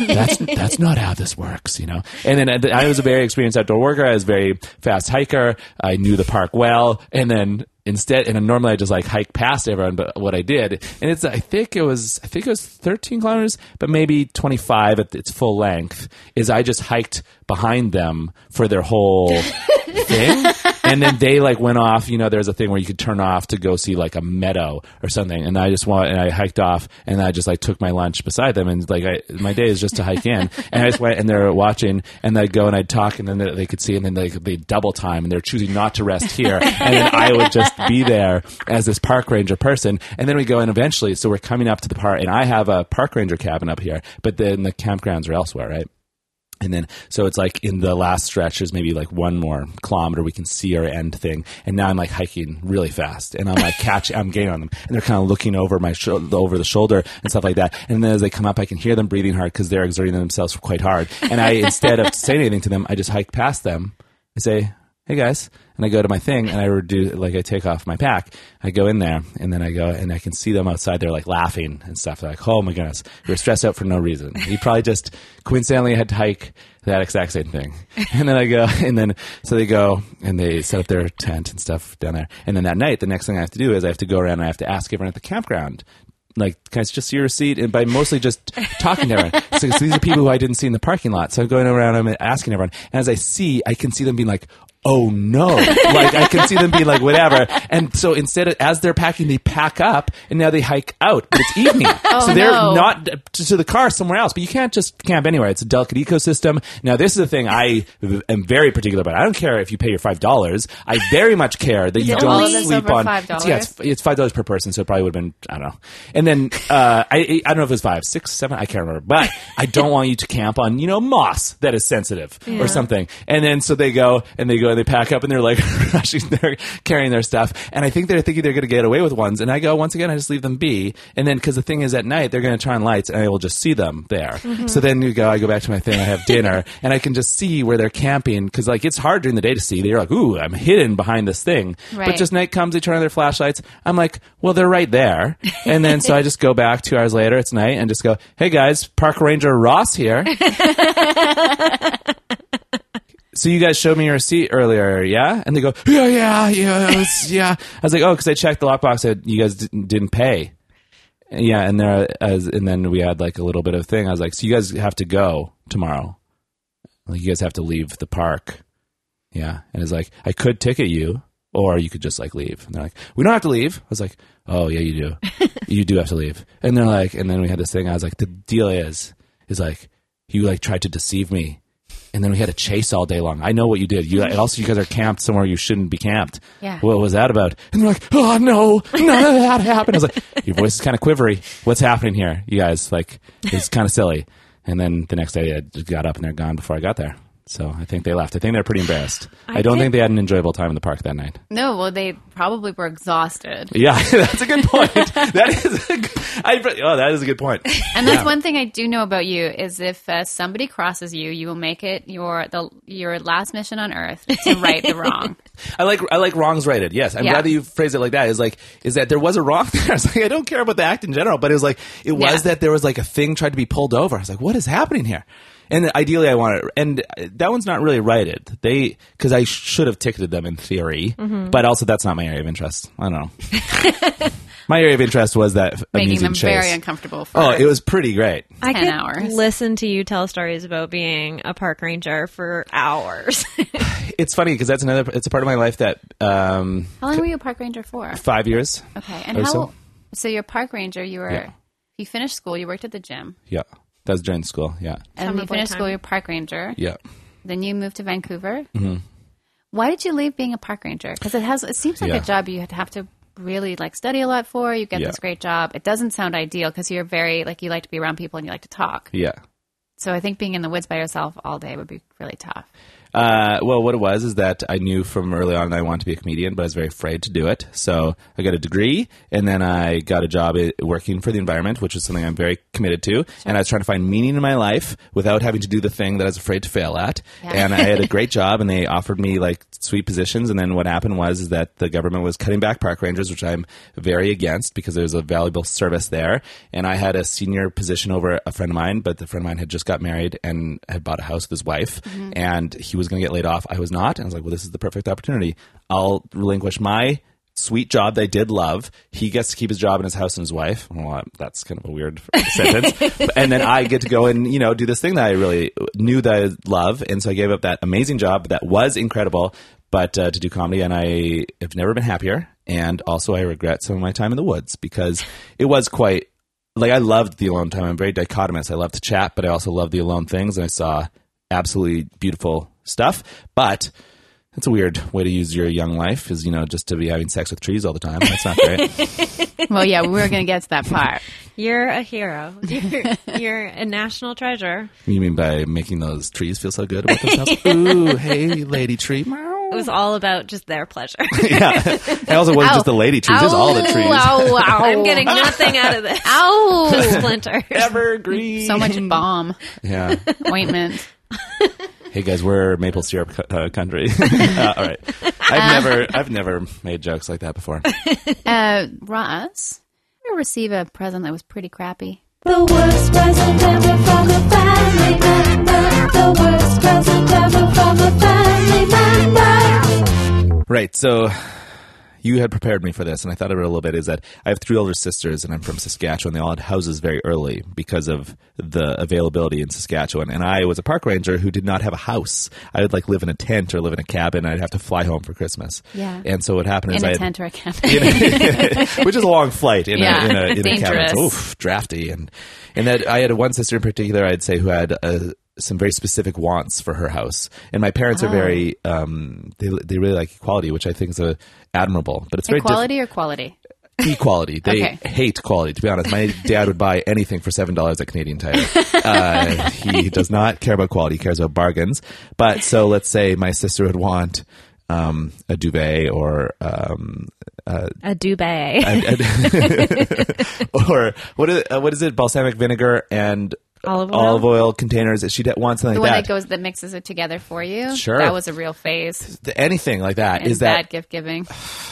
that's that's not how this works, you know. And then uh, I- I was a very experienced outdoor worker. I was a very fast hiker. I knew the park well. And then instead, and normally I just like hike past everyone, but what I did, and it's I think it was I think it was 13 kilometers, but maybe 25 at its full length, is I just hiked behind them for their whole thing. And then they like went off, you know, there's a thing where you could turn off to go see like a meadow or something. And I just went and I hiked off and I just like took my lunch beside them. And like, I, my day is just to hike in. [laughs] And I just went and they're watching and I'd go and I'd talk and then they, they could see and then they, they double time and they're choosing not to rest here. And then I would just be there as this park ranger person. And then we go and eventually, so we're coming up to the park and I have a park ranger cabin up here, but then the campgrounds are elsewhere, right? And then, so it's like in the last stretch, there's maybe like one more kilometer we can see our end thing. And now I'm like hiking really fast and I'm like catch, I'm getting on them and they're kind of looking over my shoulder, over the shoulder and stuff like that. And then as they come up, I can hear them breathing hard because they're exerting themselves quite hard. And I, instead of saying anything to them, I just hike past them and say, Hey guys. And I go to my thing and I redo, like I take off my pack. I go in there and then I go and I can see them outside. They're like laughing and stuff. They're like, oh my goodness, we were stressed out for no reason. He probably just coincidentally had to hike that exact same thing. And then I go and then, so they go and they set up their tent and stuff down there. And then that night, the next thing I have to do is I have to go around and I have to ask everyone at the campground like can I just see your receipt and by mostly just talking to everyone. so, so these are people who I didn't see in the parking lot. So I'm going around I'm asking everyone. And as I see, I can see them being like, oh no. [laughs] like I can see them being like whatever. And so instead of as they're packing, they pack up and now they hike out. But [laughs] it's evening. so they're Oh, no. not not to, to the car somewhere else. But you can't just camp anywhere. It's a delicate ecosystem. Now, this is the thing I am very particular about. I don't care if you pay your five dollars. I very much care that you it don't all of this sleep over on. $5? It's, yeah, it's, it's five dollars per person, so it probably would have been I don't know. And then uh, I I don't know if it was five, six, seven. I can't remember. But I don't want you to camp on you know moss that is sensitive or something. And then so they go and they go and they pack up and they're like [laughs] rushing, they're carrying their stuff. And I think they're thinking they're going to get away with ones. And I go once again, I just leave them be. And then because the thing is, at night they're going to turn lights, and I will just see them there. So then you go, I go back to my thing, I have dinner, [laughs] and I can just see where they're camping because like it's hard during the day to see. They're like, ooh, I'm hidden behind this thing. But Right. just night comes, they turn on their flashlights. I'm like, well, they're right there. And then so I just go back two hours later. It's night, and just go, hey guys, park ranger Ross here. so you guys showed me your receipt earlier, yeah? And they go, yeah, yeah, yeah, it was, yeah. I was like, oh, because I checked the lockbox that you guys didn't, didn't pay. Yeah, and there, as, and then we had like a little bit of thing. I was like, so you guys have to go tomorrow. Like you guys have to leave the park. Yeah, and it's like, I could ticket you, or you could just like leave. And they're like, we don't have to leave. I was like, oh yeah, you do. you do have to leave. And they're like, and then we had this thing. I was like, the deal is, is like, you like tried to deceive me and then we had a chase all day long. I know what you did. You and also you guys are camped somewhere you shouldn't be camped. Yeah. What was that about? And they're like, oh no, none of that happened. I was like, your voice is kind of quivery. What's happening here, you guys? Like, it's kind of silly. And then the next day, I got up and they're gone before I got there. So I think they left. I think they're pretty embarrassed. I I, don't did- think they had an enjoyable time in the park that night. No, well, they probably were exhausted. Yeah, [laughs] that's a good point. that is. A good, I, oh, that is a good point. And that's Yeah. one thing I do know about you is if uh, somebody crosses you, you will make it your the your last mission on Earth to right [laughs] the wrong. I like I like wrongs righted. Yes, I'm Yeah. glad that you phrased it like that. Is like is that there was a wrong [laughs] there. I was like I don't care about the act in general, but it was like it was Yeah. that there was like a thing tried to be pulled over. I was like, what is happening here? And ideally, I want it. And uh, that one's not really righted. They because I should have ticketed them in theory, Mm-hmm. but also that's not my area of interest. I don't know. [laughs] my area of interest was that making amusing them chase. very uncomfortable. For oh, it was pretty great. I 10 could hours. listen to you tell stories about being a park ranger for hours. [laughs] It's funny because that's another. It's a part of my life that um, how long were you a park ranger for? five years. Oh. Okay, and Or how? Oh, so. So, you're a park ranger. You were Yeah. you finished school. You worked at the gym, Yeah, that was during school. Yeah, and Summer you boy finished time. school. You're a park ranger. yeah. Then you moved to Vancouver. Mm-hmm. Why did you leave being a park ranger? Because it has it seems like Yeah. a job you had to have to really like study a lot for. You get Yeah. this great job. It doesn't sound ideal because you're very like you like to be around people and you like to talk. Yeah. So I think being in the woods by yourself all day would be really [laughs] tough. Uh, well, what it was is that I knew from early on that I wanted to be a comedian, but I was very afraid to do it. So I got a degree, and then I got a job i- working for the environment, which is something I'm very committed to. And I was trying to find meaning in my life without having to do the thing that I was afraid to fail at. And I had a great job, and they offered me like sweet positions. And then what happened was is that the government was cutting back park rangers, which I'm very against because there's a valuable service there. And I had a senior position over a friend of mine, but the friend of mine had just got married and had bought a house with his wife, and he was going to get laid off. I was not, and I was like, well, this is the perfect opportunity. I'll relinquish my sweet job that I did love. He gets to keep his job and his house and his wife. Well, that's kind of a weird [laughs] sentence. and then I get to go and, you know, do this thing that I really knew that I love. And so I gave up that amazing job that was incredible, but uh, to do comedy. And I have never been happier. And also, I regret some of my time in the woods because it was quite like I loved the alone time. I'm very dichotomous. I love to chat, but I also love the alone things. And I saw absolutely beautiful stuff. But that's a weird way to use your young life is, you know, just to be having sex with trees all the time. That's [laughs] not great. well, yeah, we were going to get to that part. you're a hero. [laughs] You're, you're a national treasure. you mean by making those trees feel so [laughs] good about themselves? Ooh, hey, lady tree. [laughs] It was all about just their pleasure. [laughs] yeah. It also wasn't just the lady trees, just all the Oh, trees. Ow, ow. [laughs] I'm getting nothing out of this. [laughs] ow. Splinter. Evergreen. so [laughs] much bomb Yeah. ointment. Hey guys, we're maple syrup co- uh, country. [laughs] uh, all right. I've never, I've never made jokes like that before. [laughs] Uh, Ross, I receive a present that was pretty crappy. The worst present ever from a family member. The worst present ever from a family member. Right. So you had prepared me for this, and I thought about it a little bit. Is that I have three older sisters, and I'm from Saskatchewan. They all had houses very early because of the availability in Saskatchewan. And I was a park ranger who did not have a house. I would like live in a tent or live in a cabin. I'd have to fly home for Christmas. Yeah. And so what happened is In a I had- tent or a camp. [laughs] which is a long flight in Yeah. a, in a, in a cabin. It's, Dangerous. oof, drafty. And, and that I had one sister in particular, I'd say, who had uh some very specific wants for her house. And my parents are very, Oh. um, they, they really like equality, which I think is uh admirable, but it's very diff- Equality or quality? equality. They Okay. hate quality. To be honest, my dad would buy anything for seven dollars at [laughs] Canadian Tire. Uh, he does not care about quality; he cares about bargains. But so let's say my sister would want um, a duvet or um, A duvet. [laughs] or what is, uh, what is it? Balsamic vinegar and [laughs] Olive oil? olive oil containers. She d- wants something The one like that that. goes that mixes it together for you. Sure. That was a real phase. Th- Anything like that And is that bad gift giving?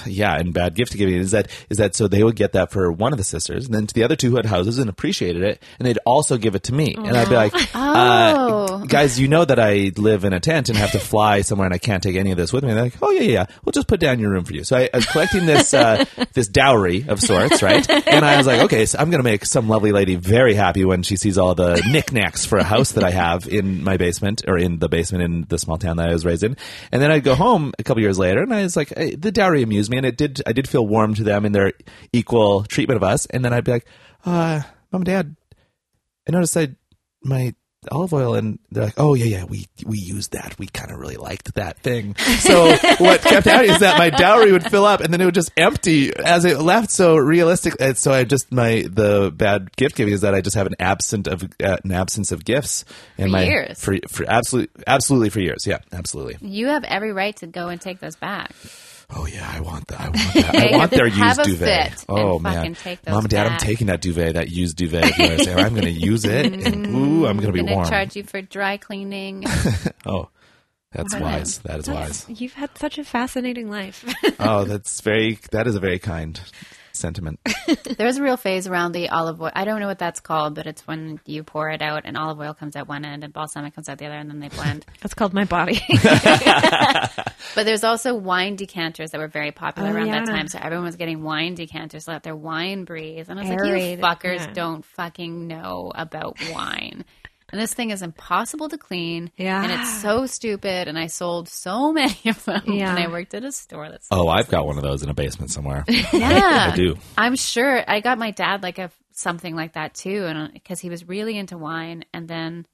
yeah, and bad gift giving is that is that so they would get that for one of the sisters, and then to the other two who had houses and appreciated it, and they'd also give it to me, and I'd be like, uh, Oh. [laughs] guys, you know that I live in a tent and have to fly somewhere, and I can't take any of this with me. And they're like, oh yeah, yeah, yeah, we'll just put down your room for you. So I, I was collecting this uh, this dowry of sorts, right? And I was like, okay, so I'm gonna make some lovely lady very happy when she sees all the knickknacks for a house that I have in my basement or in the basement in the small town that I was raised in. And then I'd go home a couple years later, and I was like, I, the dowry amused me, and it did. I did feel warm to them in their equal treatment of us. And then I'd be like, uh, mom and dad, I noticed I my olive oil and they're like oh yeah yeah we we used that we kind of really liked that thing [laughs] so what kept happening is that my dowry would fill up and then it would just empty as it left so realistic and so i just my the bad gift giving is that i just have an absent of uh, an absence of gifts and For my years. for for absolutely absolutely for years yeah absolutely You have every right to go and take those back. oh yeah i want that i want [laughs] that i want their Have used a duvet fit and oh man fucking take those mom and dad i'm back. taking that duvet that used duvet of yours, and i'm gonna use it [laughs] and ooh i'm gonna be I'm going warm to charge you for dry cleaning. Oh, that's wise. That is [laughs] wise. You've had such a fascinating life. [laughs] Oh, that's very. That is a very kind sentiment. there was a real phase around the olive oil. I don't know what that's called, but it's when you pour it out and olive oil comes out one end and balsamic comes out the other, and then they [laughs] blend. That's called [laughs] my body. But there's also wine decanters that were very popular Oh, around that yeah. time. So everyone was getting wine decanters to let their wine breathe. And I was Aerated, like, you fuckers yeah. don't fucking know about wine. And this thing is impossible to clean. Yeah. And it's so stupid. And I sold so [laughs] many of them. Yeah. And I worked at a store that's. Oh, I've got one of those in a basement somewhere. Yeah. I do. I'm sure I got my dad like a something like that too, and because he was really into wine, and then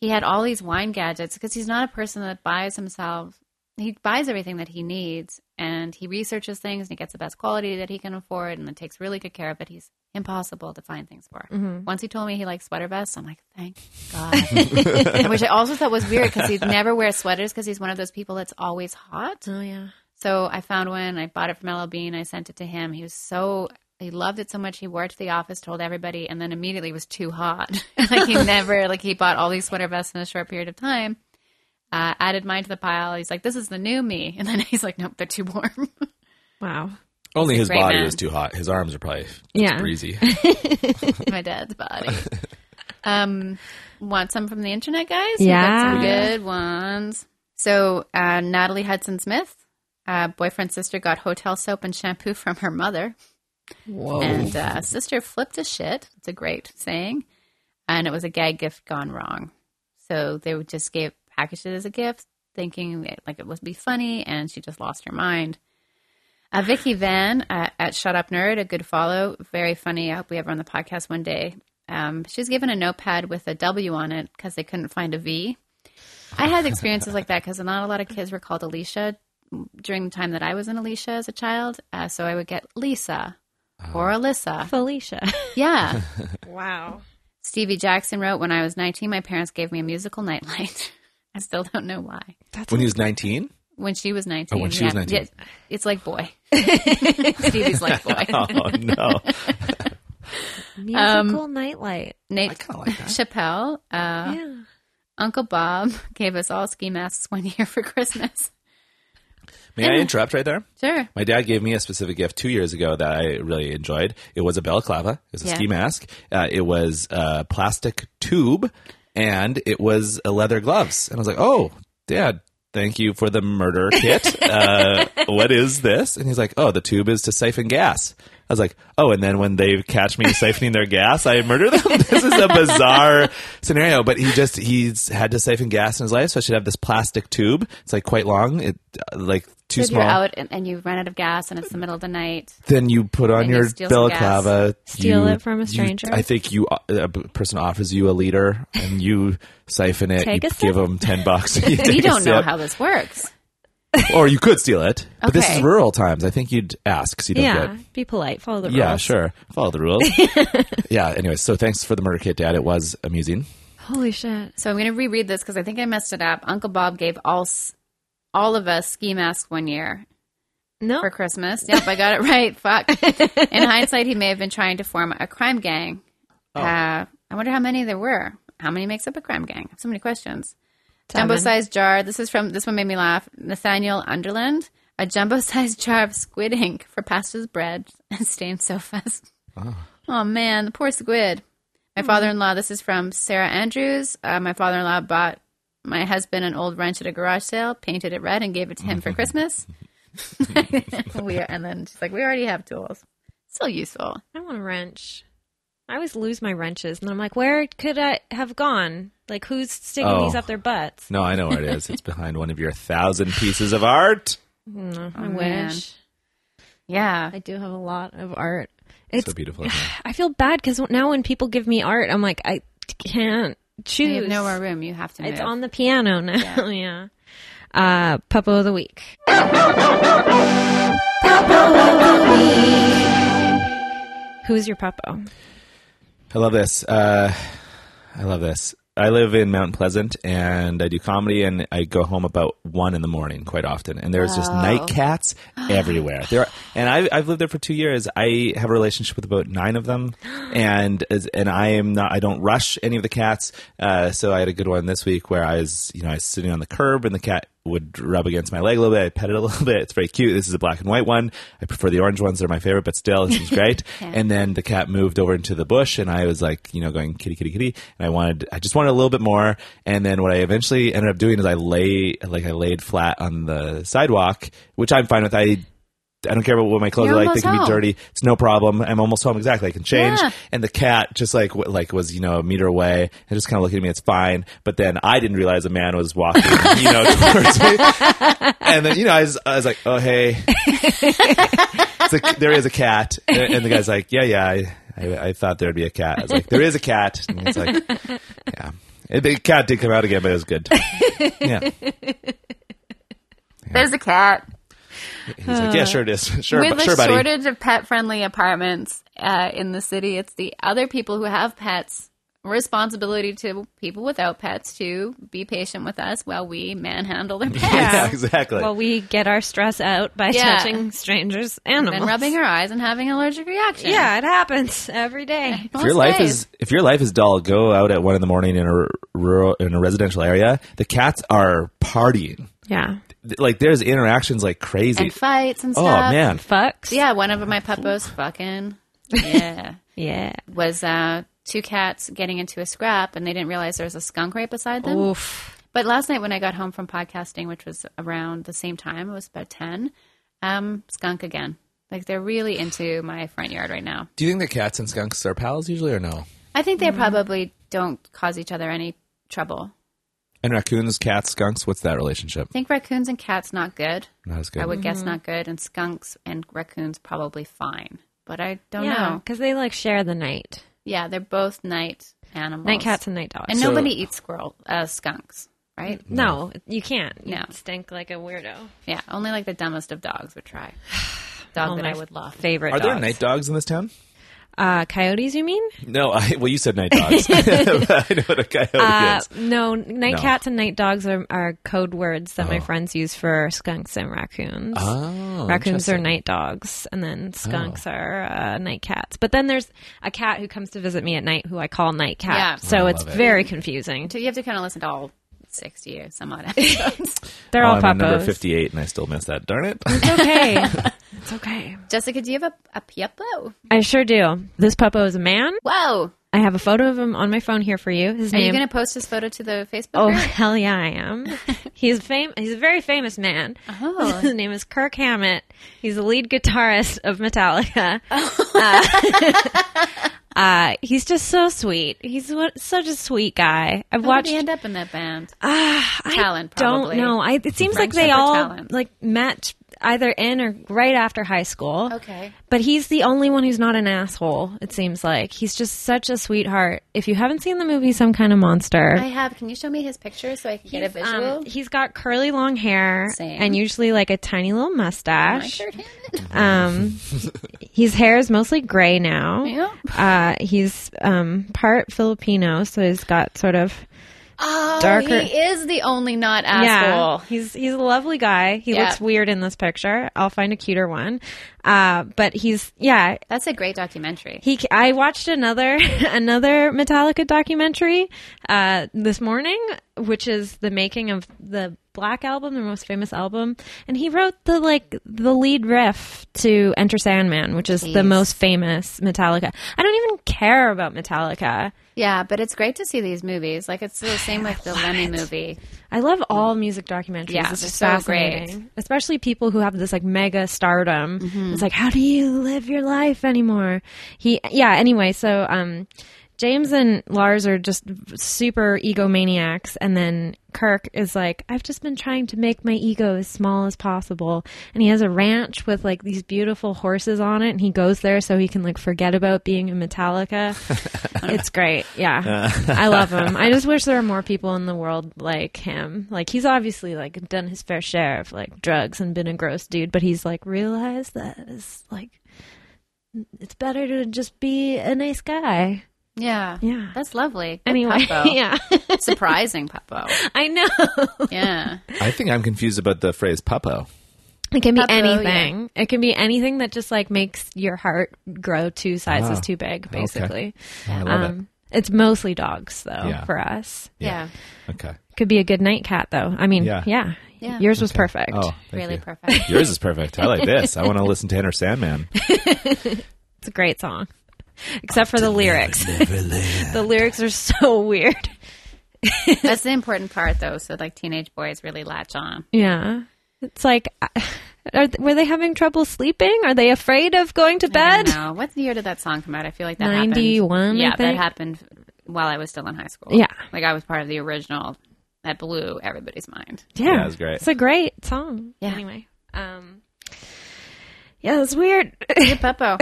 he had all these wine gadgets because he's not a person that buys himself. He buys everything that he needs, and he researches things, and he gets the best quality that he can afford, and then takes really good care of it. He's impossible to find things for. Once he told me he likes sweater vests, I'm like, thank God. Which I also thought was weird because he never wears sweaters because he's one of those people that's always hot. oh yeah. So I found one. I bought it from LL Bean. I sent it to him. He was so he loved it so much. He wore it to the office, told everybody, and then immediately was too hot. [laughs] like he never like he bought all these sweater vests in a short period of time. Uh, added mine to the pile. He's like, "This is the new me," [laughs] and then he's like, "Nope, they're too warm." Wow. Only his great body man. was too hot. His arms are probably Yeah. breezy. [laughs] My dad's body. Um, want some from the internet, guys? Yeah. we got some Yeah. good ones. So uh, Natalie Hudson Smith, uh, boyfriend's sister, got hotel soap and shampoo from her mother. Whoa. And uh, sister flipped a shit. It's a great saying. And it was a gag gift gone wrong. So they would just gave packaged it as a gift, thinking it, like it would be funny, and she just lost her mind. Uh, Vicky Van uh, at Shut Up Nerd, a good follow, very funny. I hope we have her on the podcast one day. Um, she was given a notepad with a W on it because they couldn't find a V. I had experiences like that because not a lot of kids were called Alicia during the time that I was in Alicia as a child. Uh, so I would get Lisa or Alyssa. Felicia. Yeah. [laughs] Wow. Stevie Jackson wrote, When I was 19, my parents gave me a musical nightlight. [laughs] I still don't know why. when he was nineteen. When she was 19. Oh, when she was 19. Yeah, it's like [laughs] boy. Stevie's like boy. Oh no! [laughs] Musical I nightlight. [laughs] Nate kind of like that. Chappelle, uh, yeah. Uncle Bob [laughs] gave us all ski masks one [laughs] year for Christmas. May I interrupt right there? Sure. My dad gave me a specific gift two years ago that I really enjoyed. It was a balaclava. It was a Yeah. ski mask. Uh, it was a plastic tube, and it was a leather gloves. And I was like, "Oh, Dad, thank you for the murder kit. Uh, what is this?" And he's like, "Oh, the tube is to siphon gas." I was like, "Oh, and then when they catch me siphoning their gas, I murder them." [laughs] this is a bizarre scenario. But he just he's had to siphon gas in his life, so I should have this plastic tube. It's like quite long. It uh, like too If small you're out and, and you run out of gas and it's the middle of the night. [laughs] then you put on Then you your steal some balaclava. Steal you- it from a you- stranger? I think you uh, a person offers you a liter, [laughs] and you siphon it. Take you a sip? give them ten bucks. [laughs] We You take a don't know sip. how this works. Or you could steal it, but this Okay. is rural times. I think you'd ask. 'cause you don't Yeah. get. Be polite. Follow the rules. Yeah, sure. Follow the [laughs] rules. yeah. Anyway, so thanks for the murder kit, Dad. It was amusing. Holy shit. So I'm going to reread this because I think I messed it up. Uncle Bob gave all s- all of us ski masks one year No. for Christmas. Yep, I got it [laughs] right. Fuck. In hindsight, he may have been trying to form a crime gang. Uh, I wonder how many there were. How many makes up a crime gang? I have so many questions. Jumbo sized jar. This is from this one made me laugh. Nathaniel Underland. A jumbo sized jar of squid ink for pasta's bread and stained sofas. Oh. man, the poor squid. My father in law. This is from Sarah Andrews. Uh, my father in law bought my husband an old wrench at a garage sale, painted it red, and gave it to him for Christmas. [laughs] we and then she's like, we already have tools. Still useful. I want a wrench. I always lose my wrenches, and I'm like, where could I have gone? Like, who's sticking Oh. these up their butts? No, I know where it is. It's behind one of your thousand pieces of art. Mm, I Oh, wish. man. Yeah. I do have a lot of art. [laughs] It's. so beautiful. isn't it? I feel bad because now when people give me art, I'm like, I can't You choose. have no more room. You have to move. It's on the piano [laughs] now. Yeah. Uh, Puppo of the Week. Who's your Puppo? I love this. Uh, I love this. I live in Mount Pleasant and I do comedy and I go home about one in the morning quite often. And there's just night cats everywhere. There are, and I've, I've lived there for two years. I have a relationship with about nine of them and, as- and I am not, I don't rush any of the cats. Uh, so I had a good one this week where I was, you know, I was sitting on the curb and the cat would rub against my leg a little bit. I pet it a [laughs] little bit. It's very cute. This is a black and white one. I prefer the orange ones. They're my favorite, but still, this is great. And then the cat moved over into the bush and I was like, you know, going kitty, kitty, kitty. And I wanted, I just wanted a little bit more. And then what I eventually ended up doing is I lay, like I laid flat on the sidewalk, which I'm fine with. I, I don't care about what my clothes You're are like. They almost can be home. dirty. It's no problem. I'm almost home. Exactly. I can change. Yeah. And the cat just like, w- like was, you know, a meter away and just kind of looking at me. It's fine. But then I didn't realize a man was walking, you know, [laughs] towards me. And then, you know, I was, I was like, oh, hey. [laughs] It's like, there is a cat. And, and the guy's like, yeah, yeah. I, I, I thought there'd be a cat. I was like, there is a cat. And it's like, yeah. And the cat did come out again, but it was good. Yeah. There's a cat. He's like, yeah, sure it is. Sure, With bu- the sure buddy. shortage of pet-friendly apartments uh, in the city, it's the other people who have pets responsibility to people without pets to be patient with us while we manhandle their pets. [laughs] [laughs] yeah, exactly. Well, we get our stress out by Yeah. touching strangers' animals. And rubbing her eyes and having an allergic reaction. Yeah, it happens every day. if your life is if your life is dull, go out at one in the morning in a r- rural in a residential area. The cats are partying. [laughs] Yeah. Th- Like there's interactions like crazy. and fights and oh stuff. man, Fucks. Yeah, one of my puppos fucking yeah Yeah. was uh, two cats getting into a scrap and they didn't realize there was a skunk right beside them. Oof. But last night when I got home from podcasting, which was around the same time, it was about ten. Um, skunk again. Like they're really into my front yard right now. do you think the cats and skunks are pals usually or no? I think Mm-hmm. they probably don't cause each other any trouble. And raccoons, cats, skunks. What's that relationship? I think raccoons and cats not good. Not as good. I would guess Mm-hmm. not good, and skunks and raccoons probably fine. But I don't yeah, know. because they like share the night. Yeah, they're both night animals. Night cats and Mm. night dogs. And So- nobody eats squirrel uh, skunks, right? no, you can't. You No. stink like a weirdo. Yeah, only like the dumbest of dogs would try. [sighs] Dog Oh, that my I would love. Favorite. are there dogs. night dogs in this town? Uh, coyotes, you mean? No, I, well you said night [laughs] dogs. [laughs] I know what a coyote Uh, is. no, night No. cats and night dogs are, are code words that my friends use for skunks and raccoons. Oh, raccoons interesting. are Oh. night dogs, and then skunks are uh, night cats. But then there's a cat who comes to visit me at night who I call night cat. Yeah. So I it's love it. very confusing. So you have to kind of listen to all 60 or some [laughs] odd episodes. They're Oh, all I'm on puppos. number fifty-eight, and I still miss that. Darn [laughs] it! It's [laughs] okay. it's okay. Jessica, do you have a, a Piepo? I sure do. This puppo is a man. Whoa. I have a photo of him on my phone here for you. His Are name you going to post this photo to the Facebook Oh [laughs] group? [laughs] hell yeah, I [laughs] am. He's fam- He's a very famous man. Oh. [laughs] His name is Kirk Hammett. He's the lead guitarist [laughs] of Metallica. Oh. Uh, [laughs] uh, he's just so sweet. He's what, such a sweet guy. I've How did watched. he end up in that band? Ah, I Talent, probably. don't know. I, it seems like they Friendship or all talent? like met either in or right after high school. Okay. But he's the only one who's not an asshole. It seems like he's just such a sweetheart. If you haven't seen the movie Some Kind of Monster, I have. Can you show me his picture so I can get a um, visual? he's got curly long hair Same. and usually like a tiny little I mustache. sure can. Um, his hair is mostly gray now. Yeah. Uh, he's um, part Filipino, so he's got sort of Oh, Darker- he is the only not asshole. yeah. He's he's a lovely guy. He Yeah. looks weird in this picture. I'll find a cuter one. Uh, but he's yeah. That's a great documentary. He, I watched another [laughs] another Metallica documentary uh, this morning, which is the making of the Black album, the most famous album, and he wrote the like the lead riff to Enter Sandman, which is the Jeez. most famous Metallica. I don't even care about Metallica. yeah, but it's great to see these movies. Like it's the same with the Lemmy movie. I love all music documentaries. Mm. Yeah, it's they're just so fascinating, especially people who have this like mega stardom. Mm-hmm. It's like, how do you live your life anymore? He, yeah. Anyway, so um, James and Lars are just super egomaniacs, and then Kirk is like, I've just been trying to make my ego as small as possible. And he has a ranch with like these beautiful horses on it, and he goes there so he can like forget about being in [laughs] Metallica. it's great. [laughs] Yeah. I love him. I just wish there were more people in the world like him. Like, he's obviously like done his fair share of like drugs and been a gross dude, but he's like realized that it's like, it's better to just be a nice guy. Yeah. Yeah. That's lovely. Good Anyway, Puppo. [laughs] yeah, Surprising [laughs] Puppo. I know. Yeah. I think I'm confused about the phrase puppo. It can be Puppo, anything. It can be anything that just like makes your heart grow two sizes Ah, too big, basically. Um, I love it. It's mostly dogs, though, Yeah. for us. Yeah. Okay. Could be a good night cat, though. I mean, Yeah. yeah. Yeah. Yours was perfect. Oh, thank Really you. perfect. Yours is perfect. I like this. I want [laughs] to listen to Enter Sandman. It's a great song, except for the lyrics. [laughs] the lyrics are so [laughs] weird. That's the important part, though. So, like, teenage boys really latch on. Yeah. It's like, are, th- were they having trouble sleeping? Are they afraid of going to I bed? don't know. What year did that song come out? I feel like that 91, happened. I Yeah, that think. happened while I was still in high school. Yeah. Like, I was part of the original that blew everybody's mind. [laughs] Yeah, Yeah, it's great. It's a great song. Yeah. Anyway, um, yeah, it's weird. [laughs] Your Puppo.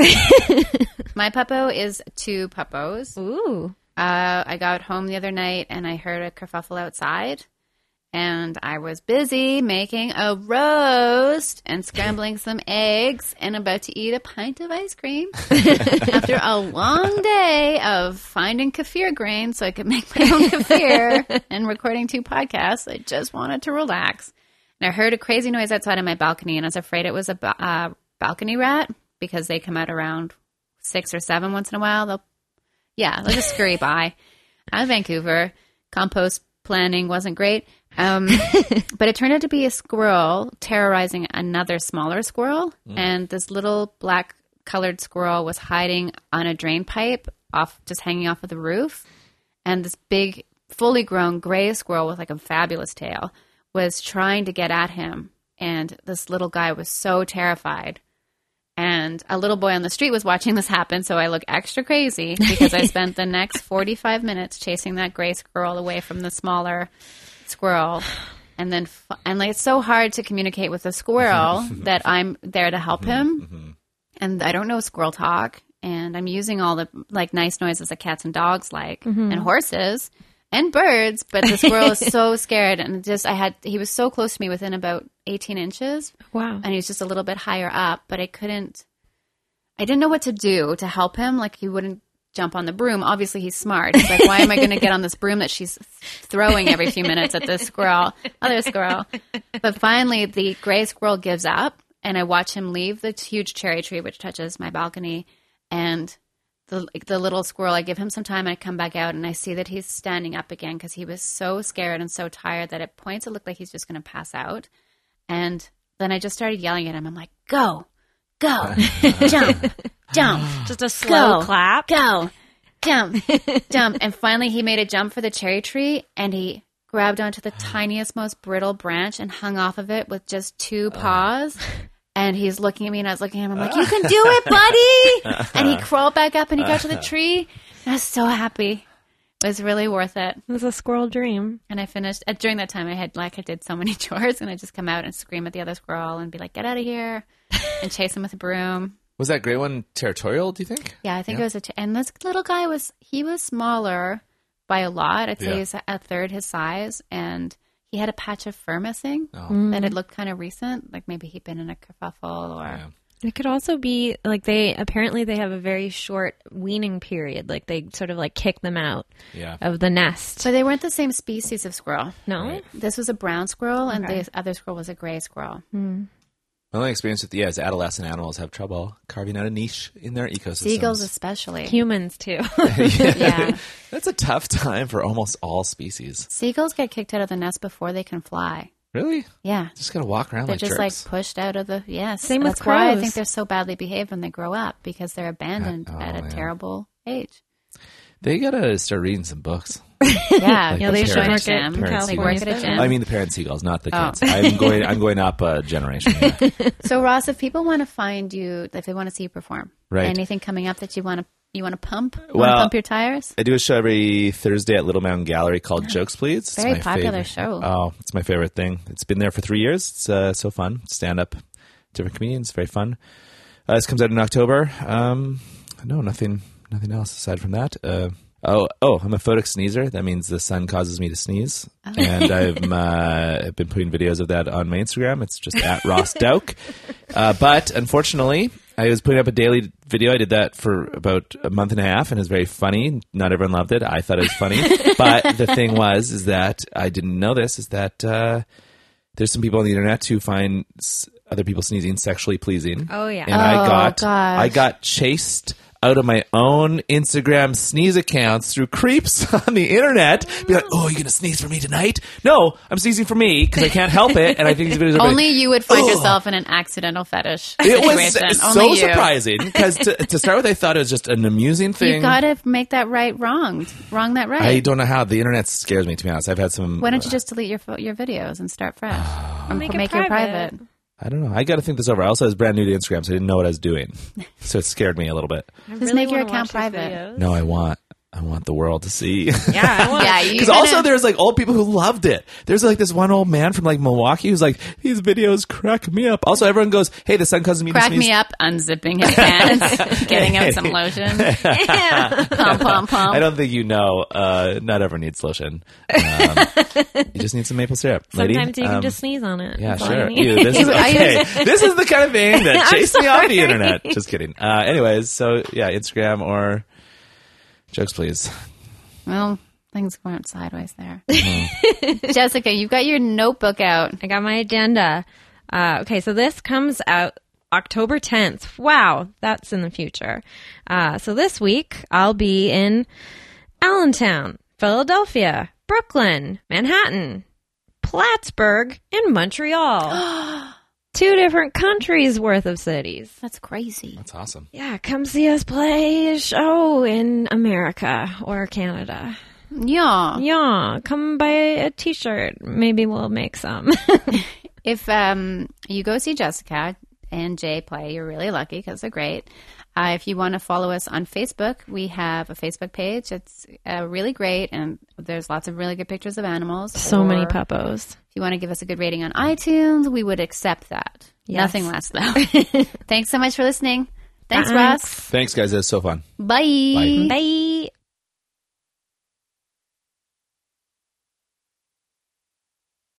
My Puppo is two Puppos. Ooh, Uh, I got home the other night and I heard a kerfuffle outside, and I was busy making a roast and scrambling some eggs and about to eat a pint of ice cream after a long day of finding kefir grain so I could make my own kefir and recording two podcasts. I just wanted to relax. And I heard a crazy noise outside on my balcony, and I was afraid it was a ba- uh, balcony rat because they come out around six or seven once in a while. They'll yeah, they'll just scurry by. Out of Vancouver, compost planning wasn't great. Um, but it turned out to be a squirrel terrorizing another smaller squirrel. And this little black colored squirrel was hiding on a drain pipe off, just hanging off of the roof. And this big, fully grown gray squirrel with like a fabulous tail was trying to get at him. And this little guy was so terrified and a little boy on the street was watching this happen, so I look extra crazy because I spent the next 45 minutes chasing that gray squirrel away from the smaller squirrel. And then, f- and like, it's so hard to communicate with a squirrel that I'm there to help him. And I don't know squirrel talk. And I'm using all the like nice noises that cats and dogs like, and horses and birds. But the squirrel is so scared. And just, I had, he was so close to me within about 18 inches wow. and he was just a little bit higher up, but I couldn't I didn't know what to do to help him. Like he wouldn't jump on the broom. Obviously he's smart. He's like, why am I gonna get on this broom that she's throwing every few minutes at this squirrel? Other squirrel. But finally the gray squirrel gives up and I watch him leave the huge cherry tree which touches my balcony and the, the little squirrel, I give him some time and I come back out and I see that he's standing up again because he was so scared and so tired that at points it looked like he's just going to pass out. And then I just started yelling at him. I'm like, go, go, jump, jump, [laughs] Just a slow Go. clap. go, jump, jump. And finally, he made a jump for the cherry tree and he grabbed onto the tiniest, most brittle branch and hung off of it with just two paws. And he's looking at me and I was looking at him. I'm like, you can do it, buddy. And he crawled back up and he got to the tree. And I was so happy. It was really worth it. It was a squirrel dream. And I finished uh, during that time. I had like I did so many [laughs] chores, and I just come out and scream at the other squirrel and be like, "Get out of here!" and chase him with a broom. Was that gray one territorial, do you think? Yeah, I think it was a. Ch- and this little guy was he was smaller by a lot. I'd say Yeah. he was a third his size, and he had a patch of fur missing Oh. that had looked kind of recent. Like maybe he'd been in a kerfuffle or Yeah. It could also be like they apparently they have a very short weaning period. Like they sort of like kick them out Yeah. of the nest. so they weren't the same species of squirrel. no, Right. This was a brown squirrel, and Okay. the other squirrel was a gray squirrel. My only experience with yeah is adolescent animals have trouble carving out a niche in their ecosystems. Seagulls, [laughs] especially. [laughs] humans too. [laughs] Yeah. That's a tough time for almost all species. Seagulls get kicked out of the nest before they can fly. Really? Yeah. Just gotta walk around They're like just jerks. like pushed out of the yes. Same with that's why I crows. think they're so badly behaved when they grow up because they're abandoned Uh, oh, at a yeah. terrible [laughs] age. they gotta start reading some books. Yeah, Yeah, they should join a work at gym. Parents They work Seagulls. at a I gym. mean the parent seagulls, not the Oh. kids. I'm going I'm going up [laughs] a generation. Yeah. So Ross, if people want to find you, if they want to see you perform, Right. anything coming up that you want to You want to pump? You want Well, to pump your tires? I do a show every Thursday at Little Mountain [gasps] Gallery called Jokes Please. It's Very my popular favorite- show. Oh, it's my favorite thing. It's been there for three years. It's uh, so fun. Stand up, different comedians, very fun. Uh, this comes out in October. Um, no, nothing, nothing else aside from that. Uh, oh, oh, I'm a photic sneezer. That means the sun causes me to sneeze, Oh. [laughs] and I've uh, been putting videos of that on my Instagram. It's just at Ross Douk. Uh, but unfortunately, I was putting up a daily video. I did that for about a month and a half, and it was very funny. Not everyone loved it. I thought it was funny, [laughs] but the thing was, is that I didn't know this. Is that uh, there's some people on the internet who find s- other people sneezing sexually pleasing. Oh, yeah. and I Oh, got gosh. I got chased out of my own Instagram sneeze accounts through creeps [laughs] on the internet. Be like, oh, are you gonna sneeze for me tonight? No, I'm sneezing for me because I can't help it, and I think these videos are [laughs] very- Only you would find yourself in an accidental fetish It was situation. Only so you. surprising because to, to start with, I thought it was just an amusing thing. You gotta make that right wronged, wrong that right. I don't know how the internet scares me. To be honest, I've had some. uh, Why don't you just delete your fo- your videos and start fresh? [sighs] and Make it it private. private. I don't know. I got to think this over. I also was brand new to Instagram, so I didn't know what I [laughs] was doing, so it scared me a little bit. Just make your account private. No, I want, I want the world to see. Yeah, I [laughs] want Yeah, you Because gotta- also there's like old people who loved it. There's like this one old man from like Milwaukee who's like, these videos crack me up. Also, everyone goes, hey, the sun comes me. to crack sneeze." me up, unzipping his [laughs] pants, [laughs] getting out some lotion. Pom pom I pom. don't think you know. Uh, not ever needs lotion. Um, [laughs] you just need some maple syrup, lady. Sometimes you can Um, just sneeze on it. Yeah, That's all you sure. need. Ew, this, [laughs] is, I okay. use- [laughs] this is the kind of [laughs] thing that chased me off the sorry. internet. Just kidding. Uh, anyways, so yeah, Instagram or jokes, please. Well, things weren't sideways there. [laughs] Jessica, you've got your notebook out. [laughs] I got my agenda. Uh, okay, so this comes out October 10th. Wow, that's in the future. Uh, so this week I'll be in Allentown, Philadelphia, Brooklyn, Manhattan, Plattsburgh, and Montreal. [gasps] Two different countries worth of cities. That's crazy. That's awesome. Yeah, come see us play a show in America or Canada. Yeah. Yeah, come buy a t shirt. Maybe we'll make some. [laughs] If um, you go see Jessica and Jay play, you're really lucky because they're great. Uh, if you want to follow us on Facebook, we have a Facebook page. It's uh, really great, and there's lots of really good pictures of animals. so many Or puppos. If you want to give us a good rating on iTunes, we would accept that. Yes. Nothing less, [laughs] though. Thanks so much for listening. Thanks, Ross. Thanks, guys. It was so fun. Bye. Bye.